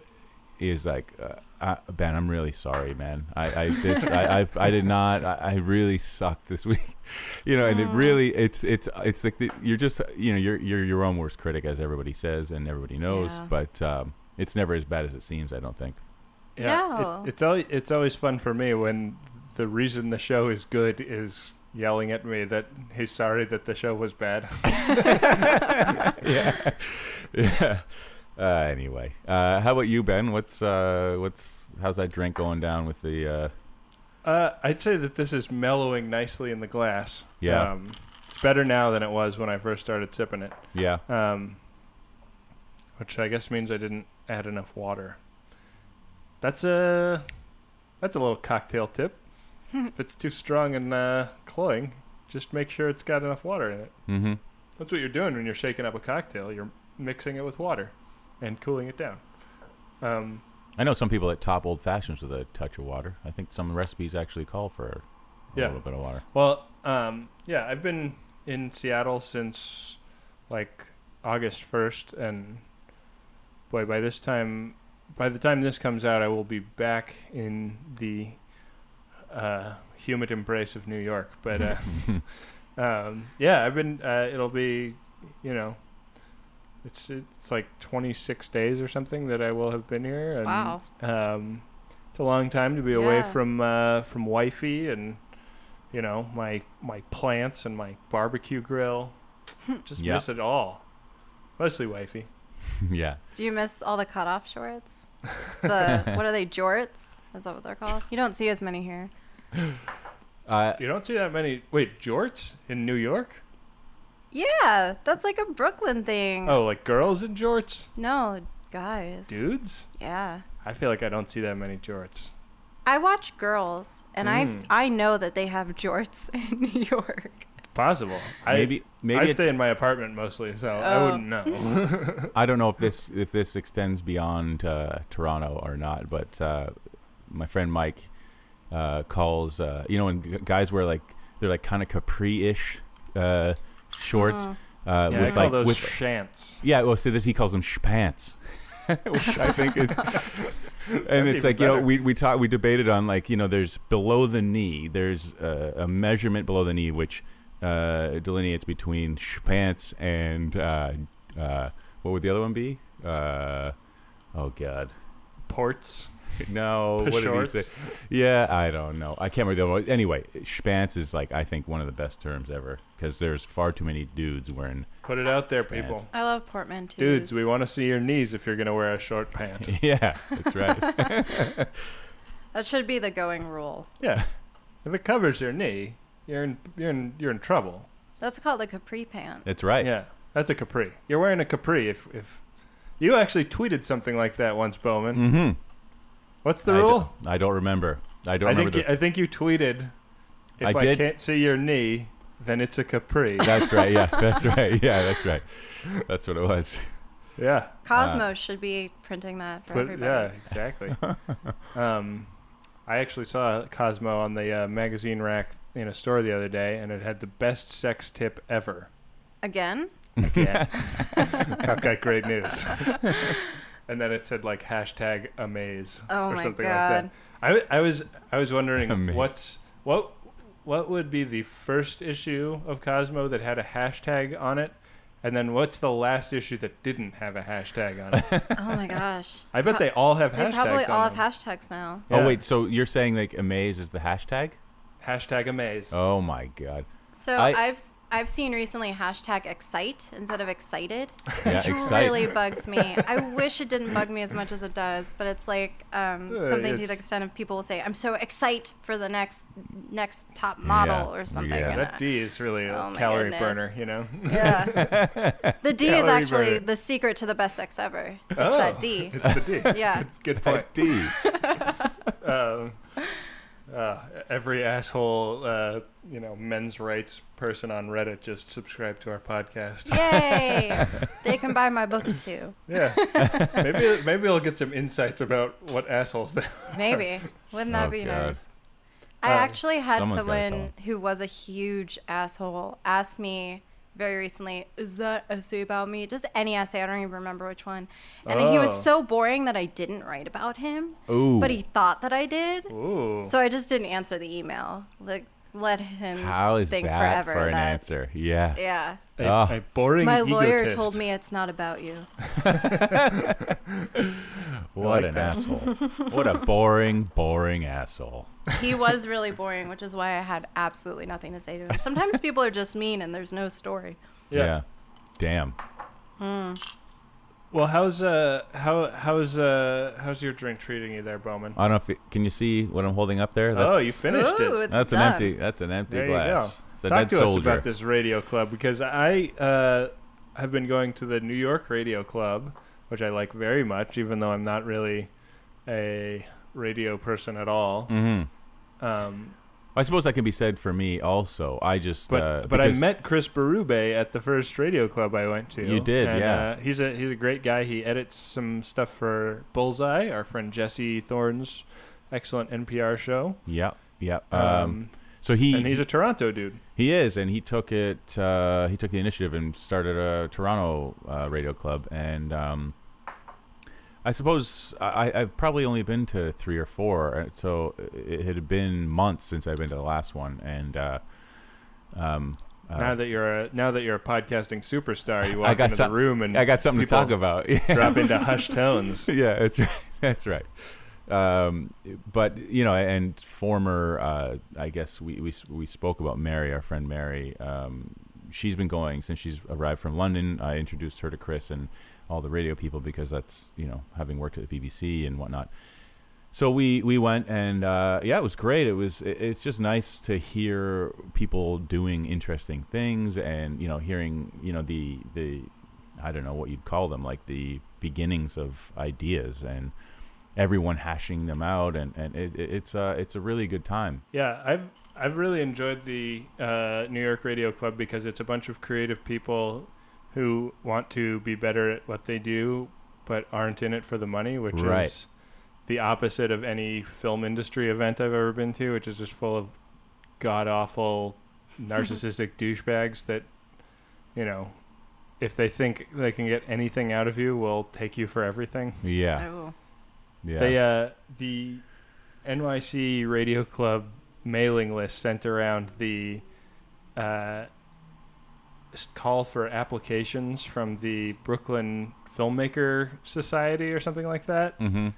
C: is like. Uh, uh, ben, I'm really sorry, man. I I, this, I, I I did not. I, I really sucked this week, you know. And it really, it's it's it's like the, you're just you know you're you're your own worst critic, as everybody says and everybody knows.
D: Yeah.
C: But um, it's never as bad as it seems. I don't think.
B: it-
D: No.
B: it's always it's always fun for me when the reason the show is good is yelling at me that he's sorry that the show was bad.
C: yeah. yeah. Uh, anyway, uh, how about you, Ben? What's uh, what's how's that drink going down with the? Uh,
B: Uh, I'd say that this is mellowing nicely in the glass.
C: Yeah.
B: um, it's better now than it was when I first started sipping it,
C: yeah,
B: um, which I guess means I didn't add enough water. That's a That's a little cocktail tip. if it's too strong and uh, cloying, just make sure it's got enough water in it.
C: Mm-hmm.
B: That's what you're doing when you're shaking up a cocktail. You're mixing it with water and cooling it down. Um,
C: I know some people that top old fashions with a touch of water. I think some recipes actually call for a
B: Yeah.
C: little bit of water.
B: well, um, yeah, I've been in Seattle since like August 1st, and boy, by this time, by the time this comes out, I will be back in the uh, humid embrace of New York. But uh, um, yeah, I've been. Uh, it'll be, you know, it's it's like 26 days or something that I will have been here. And,
D: Wow.
B: Um, it's a long time to be away
D: Yeah.
B: from uh, from wifey and you know my my plants and my barbecue grill. Just
C: Yeah.
B: miss it all. Mostly wifey.
C: yeah.
D: Do you miss all the cutoff shorts? The what are they? Jorts? Is that what they're called? You don't see as many here.
C: Uh,
B: You don't see that many. Wait, jorts in New York?
D: Yeah, that's like a Brooklyn thing.
B: Oh, like girls in jorts?
D: No, guys.
B: Dudes?
D: Yeah.
B: I feel like I don't see that many jorts.
D: I watch girls, and
B: Mm.
D: I I know that they have jorts in New York.
B: Possible.
C: maybe maybe
B: I, I
C: it's-
B: stay in my apartment mostly, so I
D: Oh.
B: wouldn't know.
C: I don't know if this if this extends beyond uh, Toronto or not, but uh, my friend Mike uh, calls. Uh, you know, when g- guys wear like they're like kind of capri-ish uh, shorts
D: Oh, Uh-huh.
C: uh,
B: yeah, I
C: with
B: call
C: like
B: those
C: with
B: shants.
C: yeah. Well, see, this he calls them pants, which I think is. And it's
B: That's even
C: like you know
B: better.
C: we we taught we debated on like you know there's below the knee there's uh, a measurement below the knee which uh, delineates between pants and uh, uh, what would the other one be uh, oh god
B: Ports.
C: no Oh, what
B: Shorts.
C: did he say yeah I don't know I can't remember the other one anyway pants is like I think one of the best terms ever because there's far too many dudes wearing
B: Put it out there,
C: Shants.
B: people.
D: I love portmanteaus.
B: Dudes, we want to see your knees if you're going to wear a short pant.
C: yeah that's right
D: that should be the going rule.
B: yeah. If it covers your knee, you're in you're in you're in trouble.
D: That's called a capri pant.
C: that's right
B: Yeah. That's a capri. You're wearing a capri if if you actually tweeted something like that once, Bowman.
C: mm-hmm.
B: What's the
C: I
B: rule?
C: don't- I don't remember. I don't
B: I
C: remember.
B: think
C: the,
B: you, I think you tweeted. If
C: I
B: I,
C: did.
B: can't see your knee, then it's a capri.
C: that's right. Yeah, that's right. Yeah, that's right. That's what it was.
B: yeah,
D: Cosmos should be printing that for
B: but
D: everybody.
B: yeah, exactly. um, I actually saw Cosmo on the uh, magazine rack in a store the other day, and it had the best sex tip ever.
D: Again? Oh
B: Yeah, I've got great news. and then it said like hashtag amaze
D: Oh
B: or
D: my
B: something
D: God.
B: like that. I, w- I was I was wondering
C: Amaze.
B: what's what what would be the first issue of Cosmo that had a hashtag on it, and then what's the last issue that didn't have a hashtag on it?
D: Oh my gosh.
B: I bet they all have
D: They
B: hashtags.
D: probably
B: on
D: all have
B: them.
D: hashtags now.
B: Yeah.
C: Oh wait, so you're saying like amaze is the hashtag?
B: hashtag amaze.
C: Oh my god.
D: So
C: I-
D: I, have I've seen recently hashtag excite instead of excited,
C: Yeah,
D: which
C: excite.
D: really bugs me. I wish it didn't bug me as much as it does, but it's like um,
B: Uh,
D: something to
B: it's-
D: the extent of people will say, "I'm so excite for the next next top model"
C: Yeah,
D: or something.
C: yeah.
D: and
B: That
D: I-
B: D is really a
D: Oh my
B: calorie
D: goodness.
B: burner, you know.
D: yeah. The D is
B: Calorie
D: actually
B: burner.
D: the secret to the best sex ever. It's
B: Oh.
D: that D.
B: it's the D.
D: Yeah.
B: Good point.
C: D.
B: um, uh, every asshole, uh, you know, men's rights person on Reddit just subscribed to our podcast.
D: Yay! they can buy my book too.
B: Yeah, maybe maybe I'll get some insights about what assholes they.
D: Maybe. Wouldn't
C: Oh,
D: that be
C: God.
D: nice? I
B: Uh,
D: actually had
C: someone's gotta tell
D: someone
C: 'em.
D: who was a huge asshole ask me very recently, Is that essay about me? Just any essay. I don't even remember which one. And he
B: Oh.
D: was so boring that I didn't write about him,
C: Ooh.
D: but he thought that I did.
B: Ooh.
D: So I just didn't answer the email. Like, let him
C: How is
D: think
C: that
D: forever
C: for an
D: that-
C: answer? Yeah.
D: Yeah.
B: a,
C: Oh.
B: a boring
D: My lawyer
B: egotist.
D: told me it's not about you.
C: What
B: like
C: an
B: that.
C: asshole. what a boring, boring asshole.
D: He was really boring, which is why I had absolutely nothing to say to him. Sometimes people are just mean and there's no story.
B: Yeah.
C: Damn.
B: Well, how's uh how how's uh how's your drink treating you there, Bowman?
C: I don't know if it, can you see what I'm holding up there?
B: oh, you finished it.
D: Ooh, it's
C: That's an
D: done.
C: empty. That's an empty
B: There you
C: glass.
B: go.
C: It's a
B: Talk
C: dead
B: to us
C: soldier.
B: about this radio club because I uh, have been going to the New York Radio Club, which I like very much, even though I'm not really a radio person at all.
C: Mm.
B: Um,
C: Mm-hmm. I suppose that can be said for me also. I just
B: but
C: uh,
B: but I
C: because-
B: met Chris Berube at the first radio club I went to.
C: You did,
B: and,
C: yeah.
B: Uh, he's a he's a great guy. He edits some stuff for Bullseye, our friend Jesse Thorne's excellent NPR show.
C: yeah yeah. Um,
B: Um,
C: so he
B: and he's a Toronto dude.
C: he is, and he took it. Uh, he took the initiative and started a Toronto uh, radio club. And um, I suppose I, I've probably only been to three or four, and so it had been months since I've been to the last one. And uh, um, uh,
B: now that you're a now that you're a podcasting superstar, you
C: I
B: walk
C: got
B: into
C: some-
B: the room and
C: I got something to
B: people
C: talk about. Yeah.
B: drop into hushed tones.
C: yeah, that's right. That's right. Um, but you know, and former, uh, I guess we, we we spoke about Mary, our friend Mary. Um, she's been going since she's arrived from London. I introduced her to Chris and all the radio people because that's you know having worked at the BBC and whatnot. So we we went and uh, yeah, it was great. It was it, it's just nice to hear people doing interesting things and you know hearing you know the the I don't know what you'd call them like the beginnings of ideas and everyone hashing them out and and it, it- it's uh it's a really good time.
B: Yeah, I've I've really enjoyed the uh, New York Radio Club because it's a bunch of creative people who want to be better at what they do but aren't in it for the money, which
C: Right.
B: is the opposite of any film industry event I've ever been to, which is just full of god awful narcissistic douchebags that you know if they think they can get anything out of you, will take you for everything.
C: Yeah,
D: Oh.
C: yeah.
B: They uh, the NYC Radio Club mailing list sent around the uh, s- call for applications from the Brooklyn Filmmaker Society or something like that.
C: Mhm.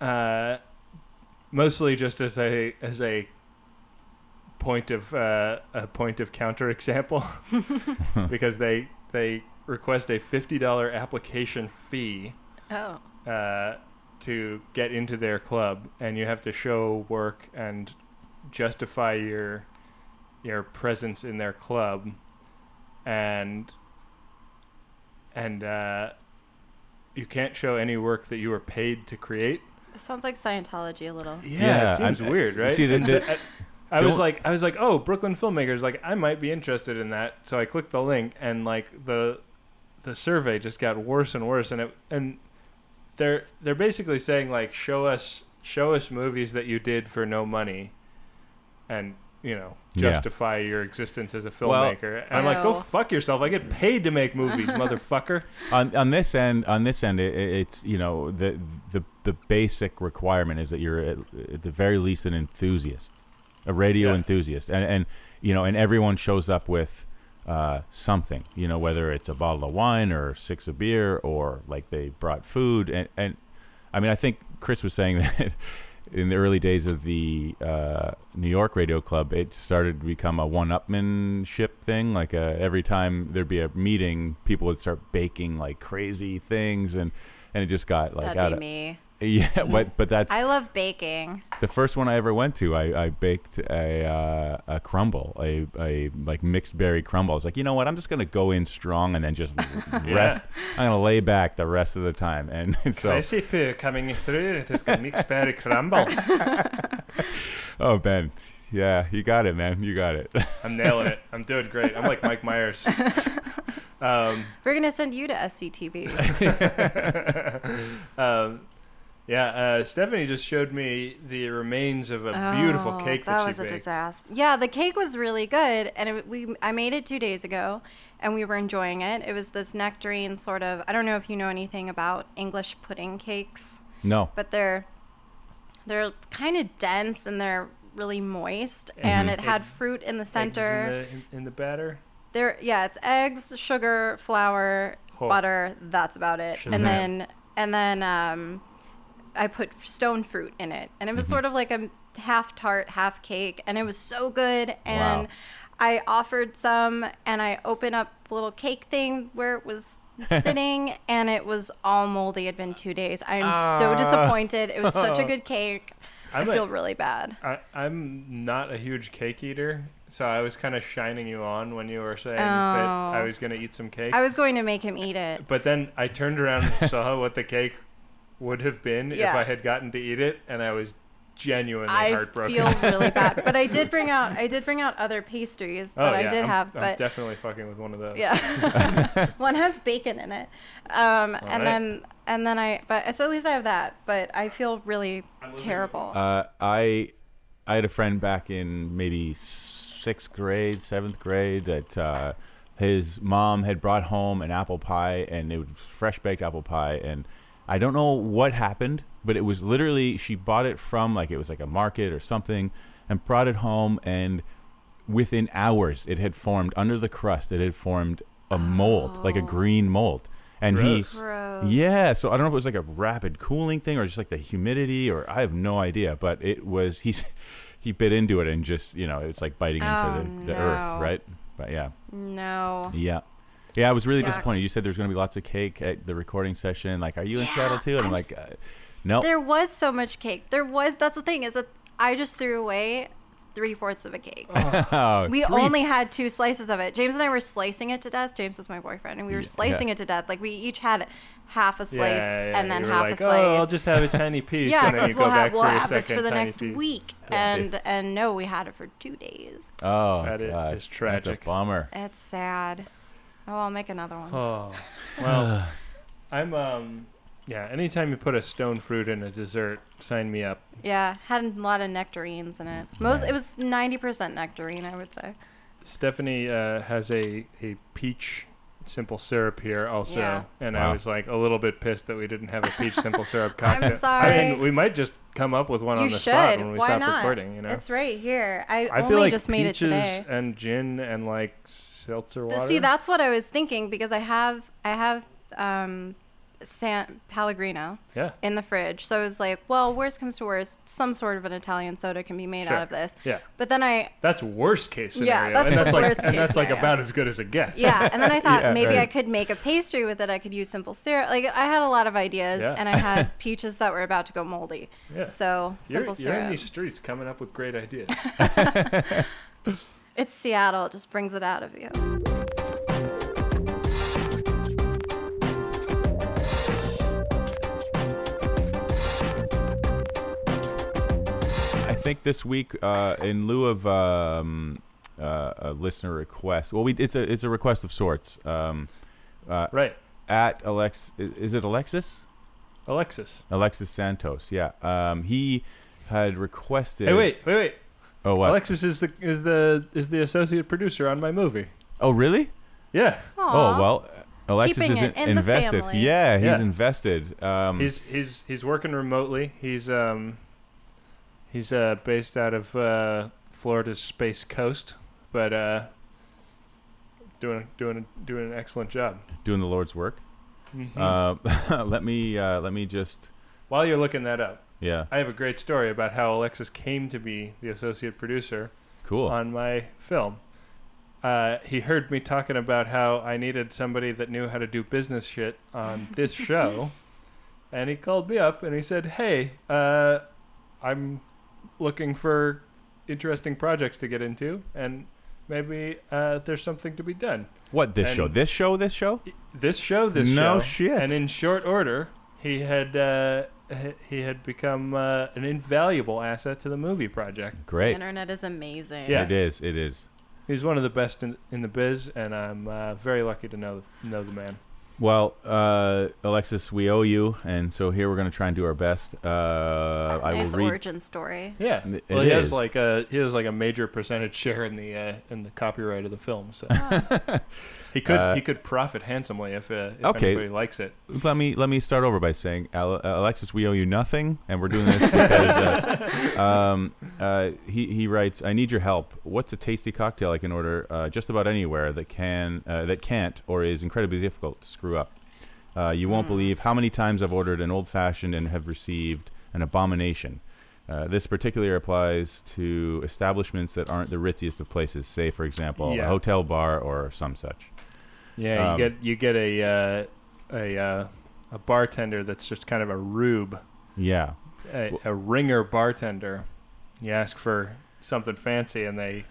B: Uh, mostly just as a as a point of uh, a point of counterexample because they they request a fifty dollar application fee
D: Oh.
B: uh, to get into their club, and you have to show work and justify your your presence in their club, and and uh, you can't show any work that you were paid to create.
D: It sounds like Scientology a little.
C: Yeah,
B: it seems
C: I-
B: weird, right?
C: see, the-
B: And
C: the-
B: so I, I was
C: don't-
B: like, I was like, oh, Brooklyn filmmakers, like I might be interested in that. So I clicked the link, and like the the survey just got worse and worse, and it and they're they're basically saying like, show us show us movies that you did for no money, and you know
C: Yeah.
B: justify your existence as a
C: Well-
B: filmmaker. and I'm like, go
D: No.
B: fuck yourself. I get paid to make movies, motherfucker.
C: on on this end on this end it, it- it's you know the the the basic requirement is that you're at, at the very least an enthusiast a radio
B: Yeah.
C: enthusiast and and you know and everyone shows up with uh, something you know whether it's a bottle of wine or six of beer or like they brought food and and I mean I think Chris was saying that in the early days of the uh, New York Radio Club, it started to become a one-upmanship thing. Like uh, every time there'd be a meeting, people would start baking like crazy things, and and it just got like out
D: That'd
C: of
D: be me.
C: yeah. But but that's
D: I love baking.
C: the first one I ever went to. I, I baked a uh, a crumble, a a like mixed berry crumble. I was like, you know what? I'm just gonna go in strong and then just rest. I'm gonna lay back the rest of the time, and, and so.
B: coming through. This can mix berry crumble.
C: Oh, Ben. Yeah, you got it, man. You got it.
B: I'm nailing it. I'm doing great. I'm like Mike Myers. Um,
D: We're gonna send you to SCTV.
B: um, yeah, uh, Stephanie just showed me the remains of a beautiful
D: Oh,
B: cake that,
D: that
B: she
D: was a
B: baked.
D: disaster. Yeah, the cake was really good, and it, we I made it two days ago, and we were enjoying it. It was this nectarine sort of. I don't know if you know anything about English pudding cakes,
C: no.
D: but they're they're kind of dense and they're really moist, and it had fruit in the
B: Eggs
D: center.
B: in, the, in, in the batter.
D: There, yeah, it's eggs, sugar, flour,
B: Huh.
D: butter. That's about it.
B: Shazam.
D: And then, and then, um, I put f- stone fruit in it, and it was sort of like a half tart, half cake, and it was so good. And
C: Wow.
D: I offered some, and I opened up the little cake thing where it was sitting, and it was all moldy. It had been two days. I am so disappointed. It was such a good cake. i
B: I'm a-
D: feel really bad.
B: I, I'm not a huge cake eater, so I was kind of shining you on when you were saying that
D: Oh.
B: I was going to eat some cake.
D: I was going to make him eat it.
B: but then I turned around and saw what the cake would have been if
D: Yeah.
B: I had gotten to eat it, and I was genuinely
D: I
B: heartbroken.
D: feel really bad, but I did bring out I did bring out other pastries
B: oh
D: that
B: yeah,
D: I did
B: am
D: have,
B: I'm
D: but
B: definitely fucking with one of those.
D: yeah, one has bacon in it, um, and
B: right.
D: then and then I but so at least I have that, but I feel really terrible.
C: Uh, I I had a friend back in maybe sixth grade, seventh grade that uh, his mom had brought home an apple pie and it was fresh baked apple pie and I don't know what happened, but it was literally she bought it from like it was like a market or something and brought it home and within hours it had formed under the crust it had formed a mold like a green mold and
B: Gross.
C: he
D: Gross.
C: yeah, so I don't know if it was like a rapid cooling thing or just like the humidity or I have no idea, but it was he he bit into it and just, you know, it's like biting into
D: Oh,
C: the, the earth,
D: no.
C: right? But yeah.
D: No.
C: Yeah. Yeah, I was really
D: Yuck.
C: disappointed. You said there's going to be lots of cake at the recording session. Like, are you in
D: Yeah,
C: Seattle too? And I'm,
D: I'm
C: like, uh, no.
D: There was so much cake. There was. That's the thing is that I just threw away three fourths of a cake.
B: Oh,
C: Oh,
D: we only had two slices of it. James and I were slicing it to death. James was my boyfriend, and we were
C: Yeah.
D: slicing it to death. Like we each had half a slice and then
B: you were
D: half
B: like,
D: a slice.
B: Oh, I'll just have a tiny piece.
D: yeah,
B: and then you
D: because
B: go
D: we'll
B: back
D: have we'll
B: for your
D: have this for
B: second
D: the
B: tiny
D: next
B: piece.
D: week, and and no, we had it for two days.
C: Oh,
B: That is-
C: God.
B: is tragic.
C: That's a bummer.
D: It's sad. Oh, I'll make another one.
B: Oh, well, I'm um, yeah. Anytime you put a stone fruit in a dessert, sign me up.
D: Yeah, had a lot of nectarines in it. Most
C: Yeah.
D: it was ninety percent nectarine, I would say.
B: Stephanie uh, has a a peach simple syrup here also,
D: Yeah.
B: and I
C: Wow.
B: was like a little bit pissed that we didn't have a peach simple syrup cocktail.
D: I'm sorry.
B: I mean, we might just come up with one
D: you
B: on the
D: should.
B: spot when we
D: Why
B: stop
D: not?
B: recording. You know,
D: It's right here. I,
B: I
D: only
B: feel like
D: just made it
B: peaches
D: today.
B: and gin and like seltzer
D: But
B: water.
D: See, that's what I was thinking because I have I have um, San Pellegrino
B: yeah.
D: in the fridge, so I was like, well, worst comes to worst, some sort of an Italian soda can be made
B: Sure.
D: out of this.
B: Yeah,
D: But then I
B: that's worst case scenario,
D: Yeah, that's
B: and
D: the
B: that's like
D: worst
B: and
D: case
B: that's like
D: scenario.
B: about as good as it gets.
D: yeah, and then I thought
C: Yeah,
D: maybe
C: right.
D: I could make a pastry with it. I could use simple syrup. Like I had a lot of ideas,
B: Yeah.
D: and I had peaches that were about to go moldy.
B: Yeah.
D: So
B: You're,
D: simple
B: you're in
D: syrup.
B: these streets coming up with great ideas.
D: It's Seattle. It just brings it out of you.
C: I think this week, uh, in lieu of um, uh, a listener request, well, we it's a it's a request of sorts. Um, uh,
B: right.
C: at Alex, i- is it Alexis?
B: Alexis.
C: Alexis Santos, yeah. Um, he had requested.
B: Hey, wait, wait, wait.
C: Oh what?
B: Alexis is the is the is the associate producer on my movie.
C: oh really?
B: Yeah.
D: Aw.
C: Oh well, Alexis
D: Keeping
C: is
D: it in the
C: invested.
D: family.
C: yeah, he's
B: Yeah.
C: invested. Um,
B: He's he's he's working remotely. He's um he's uh based out of uh Florida's Space Coast, but uh doing doing doing an excellent job.
C: doing the Lord's work.
B: Mhm.
C: Uh, let me uh, let me just
B: While you're looking that up,
C: yeah,
B: I have a great story about how Alexis came to be the associate producer
C: cool.
B: on my film. Uh, he heard me talking about how I needed somebody that knew how to do business shit on this show, and he called me up and he said, "Hey, uh, I'm looking for interesting projects to get into, and maybe uh, there's something to be done."
C: what this
B: and-
C: show? This show? This show?
B: This show, this show,
C: No shit.
B: and in short order, he had uh, h- he had become uh, an invaluable asset to the movie project.
D: The
C: Great.
D: internet is amazing.
B: Yeah.
C: It is. It is.
B: He's one of the best in, in the biz, and I'm uh, very lucky to know know the man.
C: Well, uh, Alexis, we owe you, and so here we're going to try and do our best. Uh,
D: It's a
C: I
D: nice
C: will read.
D: origin story.
B: Yeah,
C: It
B: well, he has
C: is.
B: like a he has like a major percentage share in the uh, in the copyright of the film, so he could
C: Uh,
B: he could profit handsomely if, uh, if
C: Okay.
B: anybody likes it.
C: Let me let me start over by saying, Al- uh, Alexis, we owe you nothing, and we're doing this because uh, um, uh, he he writes, "I need your help. What's a tasty cocktail I can order uh, just about anywhere that can uh, that can't or is incredibly difficult to screw up? Uh, you
B: Hmm.
C: won't believe how many times I've ordered an old fashioned and have received an abomination. Uh, this particularly applies to establishments that aren't the ritziest of places, say, for example,
B: Yeah.
C: a hotel bar or some such.
B: Yeah,
C: Um,
B: you get you get a uh, a uh, a bartender that's just kind of a rube,
C: Yeah,
B: a,
C: Well-
B: a ringer bartender. You ask for something fancy, and they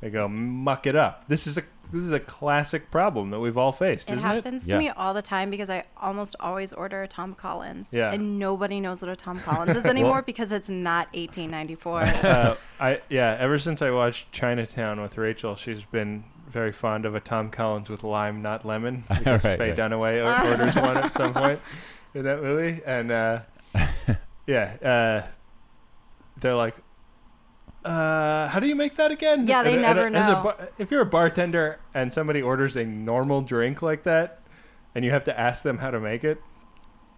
B: they go muck it up. This is a this is a classic problem that we've all faced,
D: It
B: isn't
D: happens
C: Yeah.
D: to me all the time because I almost always order a Tom Collins.
B: Yeah.
D: And nobody knows what a Tom Collins is anymore because it's not 1894.
B: it? Uh, I yeah. Ever since I watched Chinatown with Rachel, she's been very fond of a Tom Collins with lime, not lemon. Because
C: Right,
B: Faye
C: right.
B: Dunaway o- orders one at some point in that movie, and uh, yeah, uh, they're like. Uh, how do you make that again?
D: Yeah, they
B: And- and
D: never
B: as a
D: know.
B: bar- if you're a bartender and somebody orders a normal drink like that, and you have to ask them how to make it,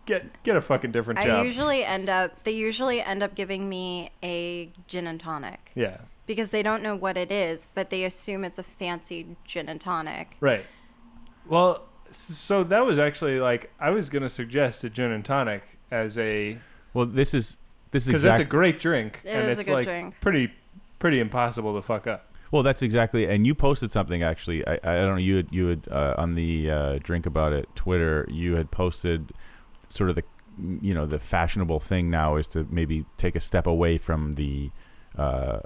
B: get get a fucking different
D: I
B: job.
D: usually end up, they usually end up giving me a gin and tonic
B: yeah,
D: because they don't know what it is, but they assume it's a fancy gin and tonic.
B: Right. Well, s- so that was actually like I was going to suggest a gin and tonic as a
C: Well, this is this is
B: because
C: exactly.
B: that's a great drink
D: It
B: and
D: is a
B: it's
D: good
B: like
D: drink.
B: pretty pretty impossible to fuck up.
C: Well, that's exactly. And you posted something actually. I, I don't know. You had you had uh, on the uh, drink about it Twitter. You had posted sort of the you know the fashionable thing now is to maybe take a step away from the uh,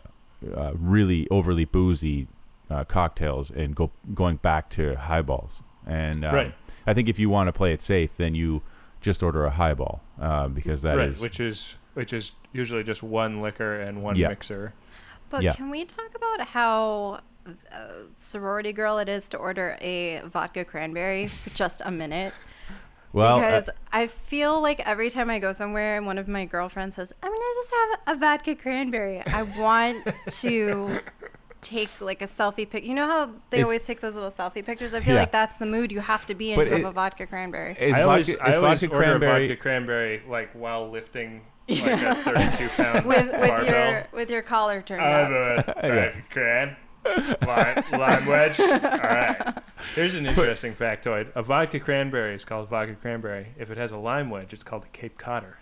C: uh, really overly boozy uh, cocktails and go going back to highballs. And um,
B: Right.
C: I think if you want to play it safe, then you just order a highball uh, because that is
B: right, which is which is usually just one liquor and one
C: Yeah.
B: mixer.
D: But
C: Yeah.
D: can we talk about how uh, sorority girl it is to order a vodka cranberry for just a minute?
C: well. uh,
D: because I feel like every time I go somewhere and one of my girlfriends says, I'm gonna just have a vodka cranberry, I want to take like a selfie pic. You know how they
C: It's-
D: always take those little selfie pictures? I feel
C: Yeah.
D: like that's the mood you have to be in
C: But
D: to have
C: it-
D: a vodka cranberry.
C: is
B: I always,
C: vodka,
B: I
C: is
B: always
C: vodka
B: order
C: cranberry
B: a vodka cranberry like while lifting like a 32 pound
D: with with
B: barbell.
D: your with your collar turned
B: I
D: up.
B: have a vodka cran. Lime, lime wedge. All right. Here's an interesting factoid. A vodka cranberry is called vodka cranberry. If it has a lime wedge, it's called a Cape Codder.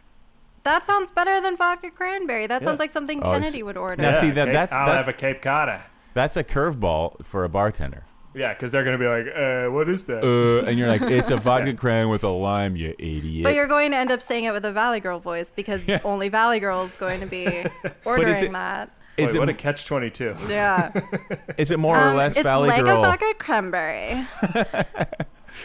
D: That sounds better than vodka cranberry. That sounds
B: Yeah.
D: like something
C: Oh, it's-
D: Kennedy would order.
C: Now, see, that-
B: Cape-
C: that's-
B: I'll
C: that's-
B: have a Cape Codder.
C: That's a curveball for a bartender.
B: Yeah, because they're going to be like, uh, what is that?
C: Uh, and you're like, it's a vodka cran with a lime, you idiot.
D: But you're going to end up saying it with a Valley Girl voice because
C: Yeah.
D: only Valley Girl's going to be ordering
C: it-
D: that.
C: is,
B: Wait, what a
C: it,
B: catch 22.
D: Yeah.
C: is it more or
D: Um,
C: less
D: it's
C: Valley
D: like
C: Girl?
D: a vodka cranberry.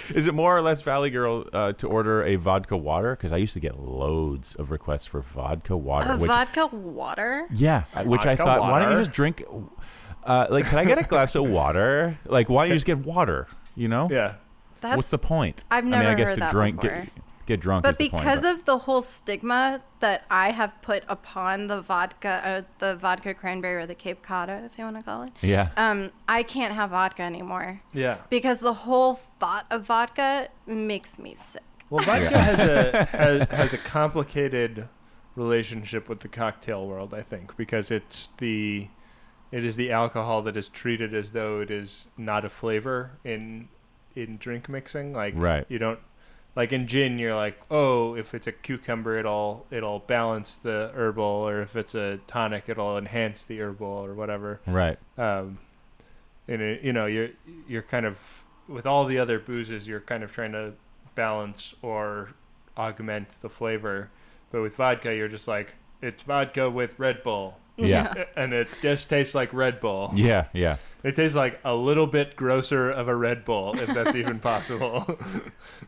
C: is it more or less Valley Girl uh, to order a vodka water? Because I used to get loads of requests for vodka water.
D: A
C: which,
D: vodka water?
C: yeah, I- which I
B: Vodka
C: thought, why don't you
B: water?
C: just drink? Uh, like, can I get a glass of water? Like, why don't you just get water? You know?
B: Yeah.
D: That's
C: What's the point?
D: I've
C: I mean, I
D: never
C: guess
D: heard
C: to
D: that
C: drink,
D: before.
C: get, get drunk.
D: But
C: is the point,
D: because of the whole stigma that I have put upon the vodka, uh, the vodka cranberry or the Cape Cod, if you want to call it,
C: yeah,
D: um, I can't have vodka anymore
B: Yeah.
D: because the whole thought of vodka makes me sick.
B: Well, vodka has a has, has a complicated relationship with the cocktail world, I think, because it's the it is the alcohol that is treated as though it is not a flavor in in drink mixing. Like
C: Right.
B: you don't like in gin, you're like, oh, if it's a cucumber, it'll it'll balance the herbal, or if it's a tonic, it'll enhance the herbal, or whatever
C: right.
B: um, and it, you know you're you're kind of with all the other boozes you're kind of trying to balance or augment the flavor but with vodka you're just like it's vodka with red bull
C: Yeah.
B: and it just tastes like red bull
C: Yeah, yeah.
B: it tastes like a little bit grosser of a red bull if that's even possible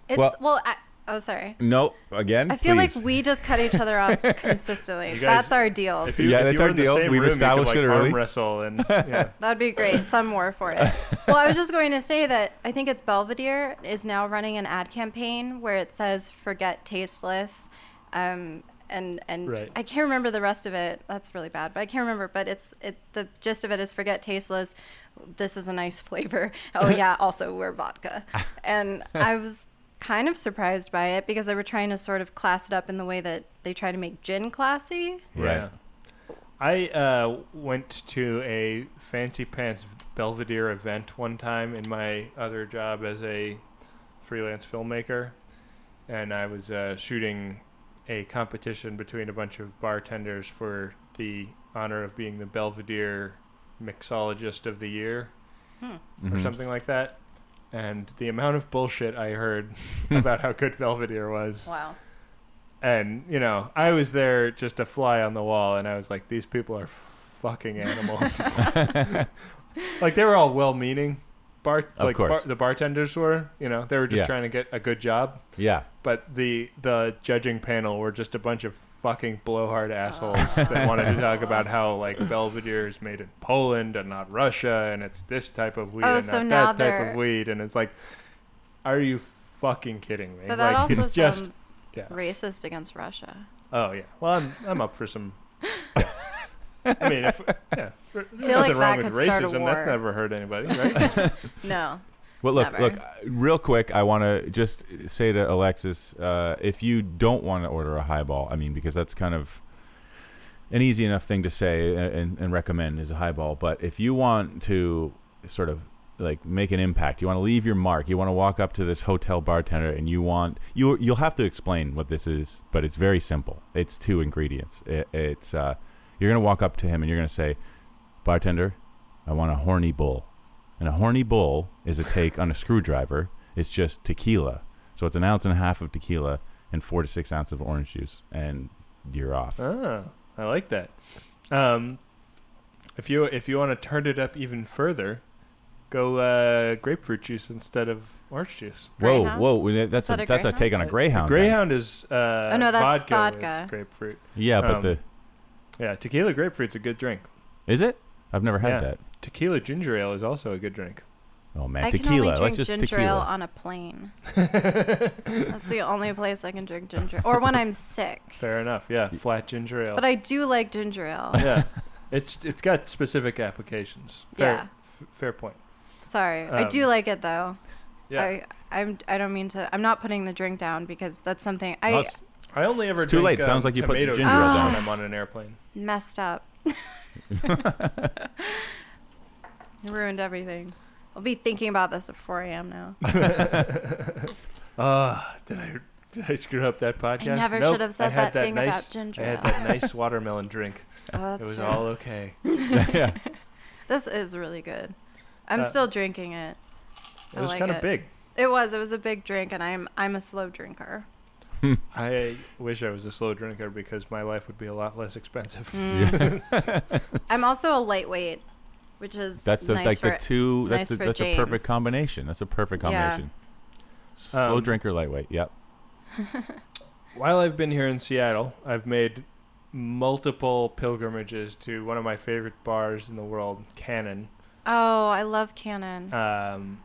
D: It's
C: Well-
D: well, I, oh sorry.
C: No, again.
D: I feel
C: please.
D: like we just cut each other off consistently.
B: You guys-
D: That's our deal.
B: if you,
C: Yeah,
B: if
C: that's
B: you were
C: our
B: in
C: deal.
B: the same
C: We've
B: room,
C: established
B: you could,
C: it
B: like,
C: early.
B: arm wrestle and yeah.
D: That'd be great. Thumb war for it. Well, I was just going to say that I think it's Belvedere is now running an ad campaign where it says "Forget Tasteless," um, and and
B: Right.
D: I can't remember the rest of it. That's really bad, but I can't remember. But it's it the gist of it is "Forget Tasteless." This is a nice flavor. Oh yeah, also we're vodka, and I was kind of surprised by it because they were trying to sort of class it up in the way that they try to make gin classy.
C: Right.
B: I uh, went to a fancy pants Belvedere event one time in my other job as a freelance filmmaker, and I was uh, shooting a competition between a bunch of bartenders for the honor of being the Belvedere mixologist of the year or
C: Mhm.
B: something like that. And the amount of bullshit I heard about how good Belvedere was
D: Wow.
B: and you know i was there just a fly on the wall and i was like these people are fucking animals like they were all well meaning bar
C: Of
B: like
C: course.
B: bar, the bartenders were. You know, they were just
C: Yeah.
B: trying to get a good job.
C: Yeah.
B: But the the judging panel were just a bunch of fucking
D: Oh.
B: blowhard assholes that wanted to talk about how like Belvedere is made in Poland and not Russia, and it's this type of weed
D: Oh,
B: and
D: so
B: not
D: now
B: that type
D: they're-
B: of weed, and it's like, are you fucking kidding me?
D: But that
B: like
D: also
B: it's
D: sounds
B: just yeah.
D: racist against Russia.
B: Oh yeah. Well, I'm I'm up for some. yeah. I mean, if, yeah, there's
D: feel like
B: nothing wrong
D: that
B: with
D: could start a
B: racism. That's
D: war.
B: never hurt anybody, right?
D: No.
C: Well, look,
D: Never.
C: look, uh, real quick, I want to just say to Alexis, uh, if you don't want to order a highball, I mean, because that's kind of an easy enough thing to say a- and, and recommend is a highball. But if you want to sort of like make an impact, you want to leave your mark, you want to walk up to this hotel bartender and you want you you'll have to explain what this is, but it's very simple. It's two ingredients. It, it's uh, you're gonna walk up to him and you're gonna say, bartender, I want a horny bull. And a horny bull is a take on a screwdriver. It's just tequila. So it's an ounce and a half of tequila and four to six ounces of orange juice, and you're off.
B: oh, I like that. Um, if you if you want to turn it up even further, go uh, grapefruit juice instead of orange juice.
C: Whoa,
D: Greyhound?
C: whoa! That's
D: that
C: a,
D: a
C: that's a take on a
B: Uh,
C: greyhound. then.
B: Greyhound is uh,
D: Oh, no, that's
B: vodka, with
D: vodka.
B: grapefruit.
C: Yeah, but
B: Um,
C: the
B: Yeah, tequila grapefruit's a good drink.
C: is it? I've never had
B: yeah.
C: that.
B: Tequila ginger ale is also a good drink.
C: Oh man,
D: I can
C: tequila.
D: only drink
C: Let's just
D: ginger
C: tequila.
D: ale on a plane. That's the only place I can drink ginger, or when I'm sick.
B: Fair enough. Yeah, flat ginger ale.
D: But I do like ginger ale.
B: yeah, it's it's got specific applications. Fair,
D: Yeah.
B: f- fair point.
D: Sorry, I do
B: Um,
D: like it though.
B: Yeah, I,
D: I, I'm. I don't mean to. I'm not putting the drink down because that's something I
C: No, it's-
B: only ever
C: It's too
B: drink,
C: late. Sounds
B: um,
C: like you put
B: tomato
C: ginger
B: juice
D: ale down.
B: when I'm on an airplane.
D: messed up. Ruined everything. I'll be thinking about this at 4 a.m. now.
B: Ah, did I did I screw up that podcast?
D: never
B: Nope,
D: should have said
B: I had
D: that thing about
B: nice,
D: ginger
B: I had
D: ale.
B: that nice watermelon drink.
D: Oh, that's
B: it was
D: true.
B: all okay.
C: yeah.
D: This is really good. I'm
B: Uh,
D: still drinking it.
B: It
D: I
B: was
D: like
B: kind of
D: it.
B: big.
D: It was. It was a big drink, and I'm. I'm a slow drinker.
B: I wish I was a slow drinker because my life would be a lot less expensive.
D: Mm. I'm also a lightweight, which is
C: That's the,
D: nice
C: like
D: for
C: the two.
D: nice
C: That's a,
D: for
C: that's a
D: James.
C: perfect combination. That's a perfect
D: Yeah.
C: combination. Slow
B: Um,
C: drinker, lightweight. Yep.
B: While I've been here in Seattle, I've made multiple pilgrimages to one of my favorite bars in the world, Cannon.
D: Oh, I love Canon.
B: Um,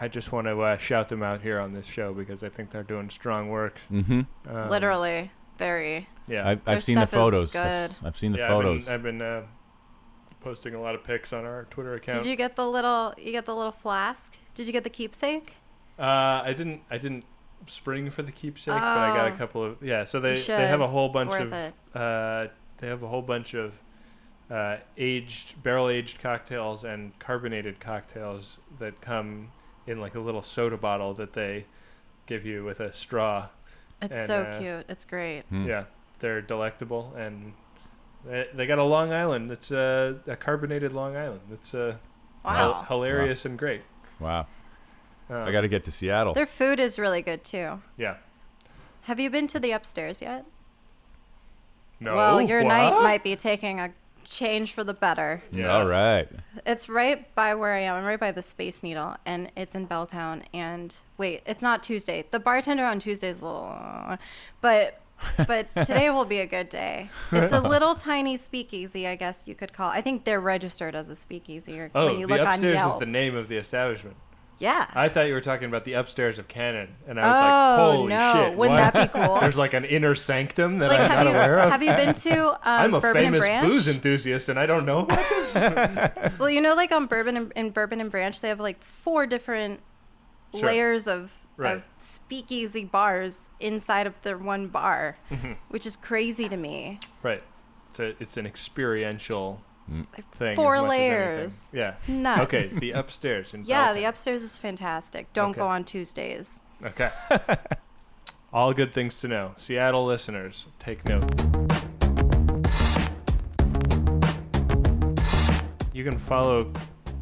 B: I just want to uh, shout them out here on this show because I think they're doing strong work.
C: Mm-hmm.
B: Um,
D: Literally, very.
B: Yeah.
C: I've,
D: Their
C: I've seen the
D: stuff is
C: photos. I've, I've seen the
B: yeah,
C: photos.
B: I've been, I've been uh, posting a lot of pics on our Twitter account.
D: Did you get the little? You get the little flask. Did you get the keepsake?
B: Uh, I didn't. I didn't spring for the keepsake, but I got a
D: Oh.
B: couple of yeah. So they
D: should.
B: they have a whole
D: It's
B: bunch of
D: worth it.
B: uh, they have a whole bunch of uh, aged barrel aged cocktails and carbonated cocktails that come in like a little soda bottle that they give you with a straw.
D: It's
B: and,
D: so
B: uh,
D: cute. It's great.
C: Mm.
B: Yeah, they're delectable, and they, they got a Long Island. It's a, a carbonated Long Island. It's uh, hil-
D: Wow.
B: hilarious and great.
C: Wow.
B: Um,
C: I got to get to Seattle.
D: Their food is really good too.
B: yeah.
D: Have you been to the upstairs yet?
B: No.
D: Well, your night
B: what?
D: might be taking a change for the better.
B: Yeah.
C: All right.
D: It's right by where I am. I'm right by the Space Needle, and it's in Belltown. And wait, it's not Tuesday. The bartender on Tuesday is a little, but but today will be a good day. It's a little tiny speakeasy, I guess you could call. I think they're registered as a speakeasy. Or
B: Oh,
D: when you
B: the
D: look on
B: upstairs is
D: Yelp,
B: the name of the establishment.
D: yeah.
B: I thought you were talking about the upstairs of Canon, and I was
D: oh
B: like, "Holy
D: no!
B: shit!
D: Wouldn't
B: what?
D: that be cool?
B: There's like an inner sanctum that
D: like,
B: I'm
D: have
B: not
D: you,
B: aware of.
D: have you been to um,
B: I'm a
D: Bourbon
B: famous
D: and Branch?
B: booze enthusiast, and I don't know about this.
D: Well, you know, like on Bourbon and in Bourbon and Branch, they have like four different
B: Sure.
D: layers of,
B: Right.
D: of speakeasy bars inside of their one bar,
B: Mm-hmm.
D: which is crazy to me.
B: right. It's a, it's an experiential thing. as
D: Four
B: much as anything.
D: layers.
B: yeah.
D: Nuts.
B: Okay. The upstairs. In
D: Yeah, the
B: Belton.
D: upstairs is fantastic. Don't go
B: Okay.
D: on Tuesdays.
B: Okay. All good things to know. Seattle listeners, take note. You can follow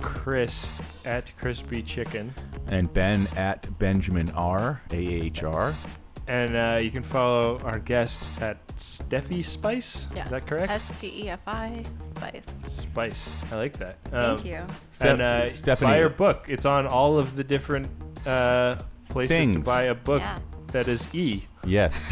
B: Chris at Crispy Chicken
C: And Ben at Benjamin R. A H R.
B: And uh, you can follow our guest at Steffi Spice.
D: Yes.
B: Is that correct?
D: S T E F I Spice.
B: Spice. I like that.
D: Thank
B: Um,
D: you.
B: And
C: Steph-
B: uh,
C: Stephanie.
B: buy her book. It's on all of the different uh, places to
C: Things.
B: buy a book
D: Yeah.
B: that is E.
C: Yes.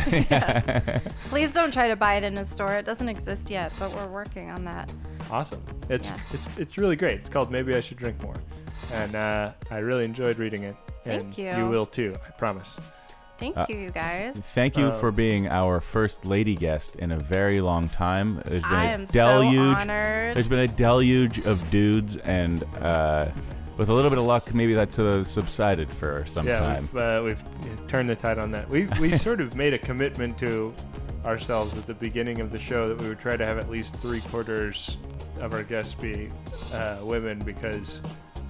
D: Please don't try to buy it in a store. It doesn't exist yet, but we're working on that.
B: Awesome. It's,
D: Yeah.
B: it's it's really great. It's called Maybe I Should Drink More, and uh, I really enjoyed reading it. And
D: Thank you.
B: will too. I promise.
D: Thank
C: Uh,
D: you, you guys.
C: Thank you
B: Um,
C: for being our first lady guest in a very long time. There's been a
D: I am so
C: deluge.
D: honored.
C: There's been a deluge of dudes, and uh, with a little bit of luck, maybe that's uh, subsided for some
B: yeah,
C: time.
B: we've, uh, we've yeah, turned the tide on that. We we sort of made a commitment to ourselves at the beginning of the show that we would try to have at least three quarters of our guests be uh, women because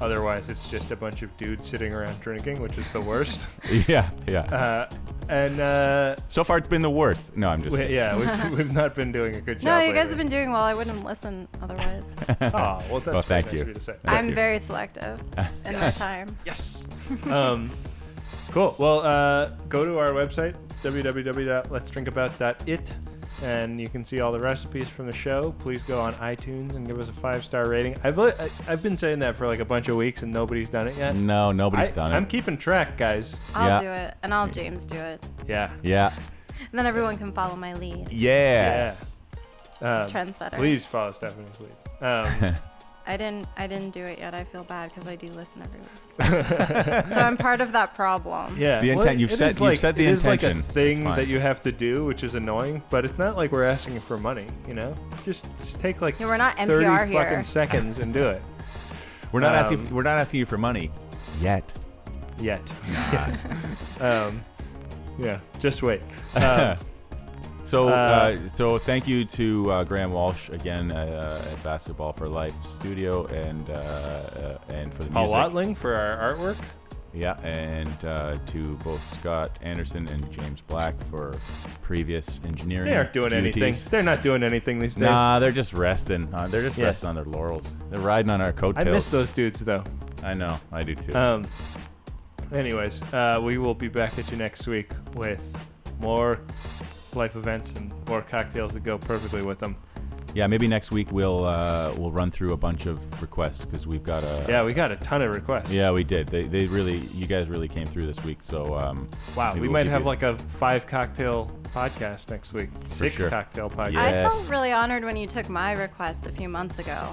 B: otherwise it's just a bunch of dudes sitting around drinking, which is the worst.
C: yeah, yeah.
B: uh, and uh,
C: So far, it's been the worst. No, I'm just.
B: we,
C: kidding.
B: yeah, we've, we've not been doing a good job.
D: no, you guys
B: lately.
D: have been doing well. I wouldn't listen otherwise.
B: Oh, well, that's
C: Ah, Well,
B: very
C: thank
B: nice
C: you.
B: of you to say.
C: Thank
D: I'm
C: you.
D: very selective in my time.
B: Yes. um, cool. Well, uh, go to our website, www.letsdrinkabout.it, and you can see all the recipes from the show. Please go on iTunes and give us a five star rating. I've, li- I- I've been saying that for like a bunch of weeks, and nobody's done it yet.
C: No, nobody's
B: I,
C: done
B: I'm
C: it.
B: keeping track, guys.
D: I'll
C: Yeah.
D: do it, and I'll have James do it.
B: Yeah.
C: yeah.
D: And then everyone can follow my lead.
C: Yeah.
B: Yeah. Um,
D: Trendsetter.
B: Please follow Stephanie's lead. Um,
D: I didn't. I didn't do it yet. I feel bad because I do listen every week. so I'm part of that problem.
B: Yeah,
C: The intent- you've
B: it
C: set-
B: is
C: you've set the
B: it is
C: intention.
B: like a
C: That's
B: thing
C: fine.
B: that you have to do, which is annoying, but it's not like we're asking you for money. You know, just just take like
D: Yeah, we're not
B: thirty
D: NPR
B: fucking
D: here.
B: seconds and do it.
C: We're not
B: Um,
C: asking. We're not asking you for money yet.
B: Yet, Yet. um, yeah, just wait. Um,
C: Uh, So,
B: Uh,
C: uh, so thank you to uh, Graham Walsh again uh, at Basketball for Life Studio and uh, uh, and for the
B: Paul
C: music.
B: Watling for our artwork.
C: Yeah, and uh, to both Scott Anderson and James Black for previous engineering.
B: They aren't doing
C: duties.
B: anything. They're not doing anything these days.
C: Nah, they're just resting. Uh, they're just
B: Yeah.
C: resting on their laurels. They're riding on our
B: I
C: coattails.
B: miss those dudes though.
C: I know. I do too.
B: Um, anyways, uh, we will be back at you next week with more life events and more cocktails that go perfectly with them.
C: yeah, maybe next week we'll uh, we'll run through a bunch of requests because we've got a
B: Yeah, we got a ton of requests.
C: Yeah, we did. They, they really, you guys really came through this week. So, um,
B: Wow,
C: maybe
B: we
C: we'll
B: might
C: give
B: have
C: you-
B: like a five cocktail podcast next week. Six
C: sure.
B: cocktail podcast.
C: Yeah.
D: I
C: Yes.
D: felt really honored when you took my request a few months ago.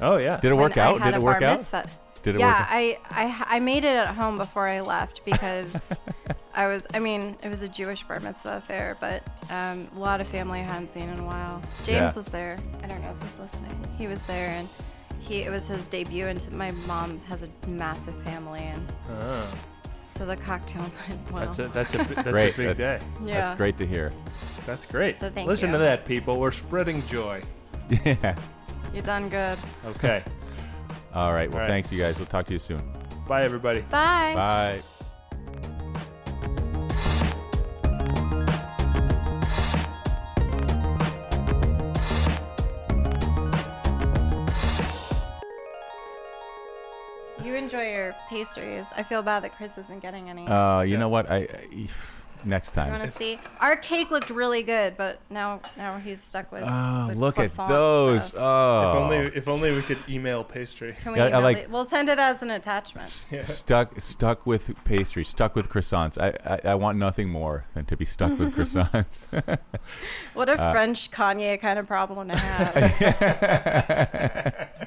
B: Oh yeah.
C: Did it
D: when
C: work
D: I
C: out?
D: had
C: Did
D: a
C: it work
D: bar
C: out?
D: mitzvah.
C: Did it
D: yeah,
C: work?
D: I, I I made it at home before I left because I was I mean it was a Jewish bar mitzvah affair, but um, a lot of family I hadn't seen in a while. James
C: Yeah.
D: was there. I don't know if he's listening. He was there and he it was his debut. And my mom has a massive family, and
B: Oh,
D: so the cocktail went well.
B: that's a that's a bi- that's
C: Great,
B: a big
C: that's-
B: day.
D: yeah.
C: That's great to hear.
B: That's great.
D: So thank
B: Listen
D: you.
B: to that, people. We're spreading joy.
C: Yeah.
D: You're done good.
B: Okay.
C: All right. Well,
B: All right.
C: thanks, you guys. We'll talk to you soon.
B: Bye, everybody.
C: Bye.
D: You enjoy your pastries. I feel bad that Chris isn't getting any.
C: Uh, you know what? I, I next
D: you want
C: time.
D: to see? Our cake looked really good, but now now he's stuck with.
C: Oh,
D: with
C: look at
D: croissant
C: those.
D: stuff.
C: Oh,
B: If only if only we could email pastry.
D: Can we
C: Yeah, I
D: email
C: like-
D: it? We'll send it as an attachment.
C: S- stuck stuck with pastry, stuck with croissants. I, I I want nothing more than to be stuck with croissants.
D: What a French Kanye kind of problem to have.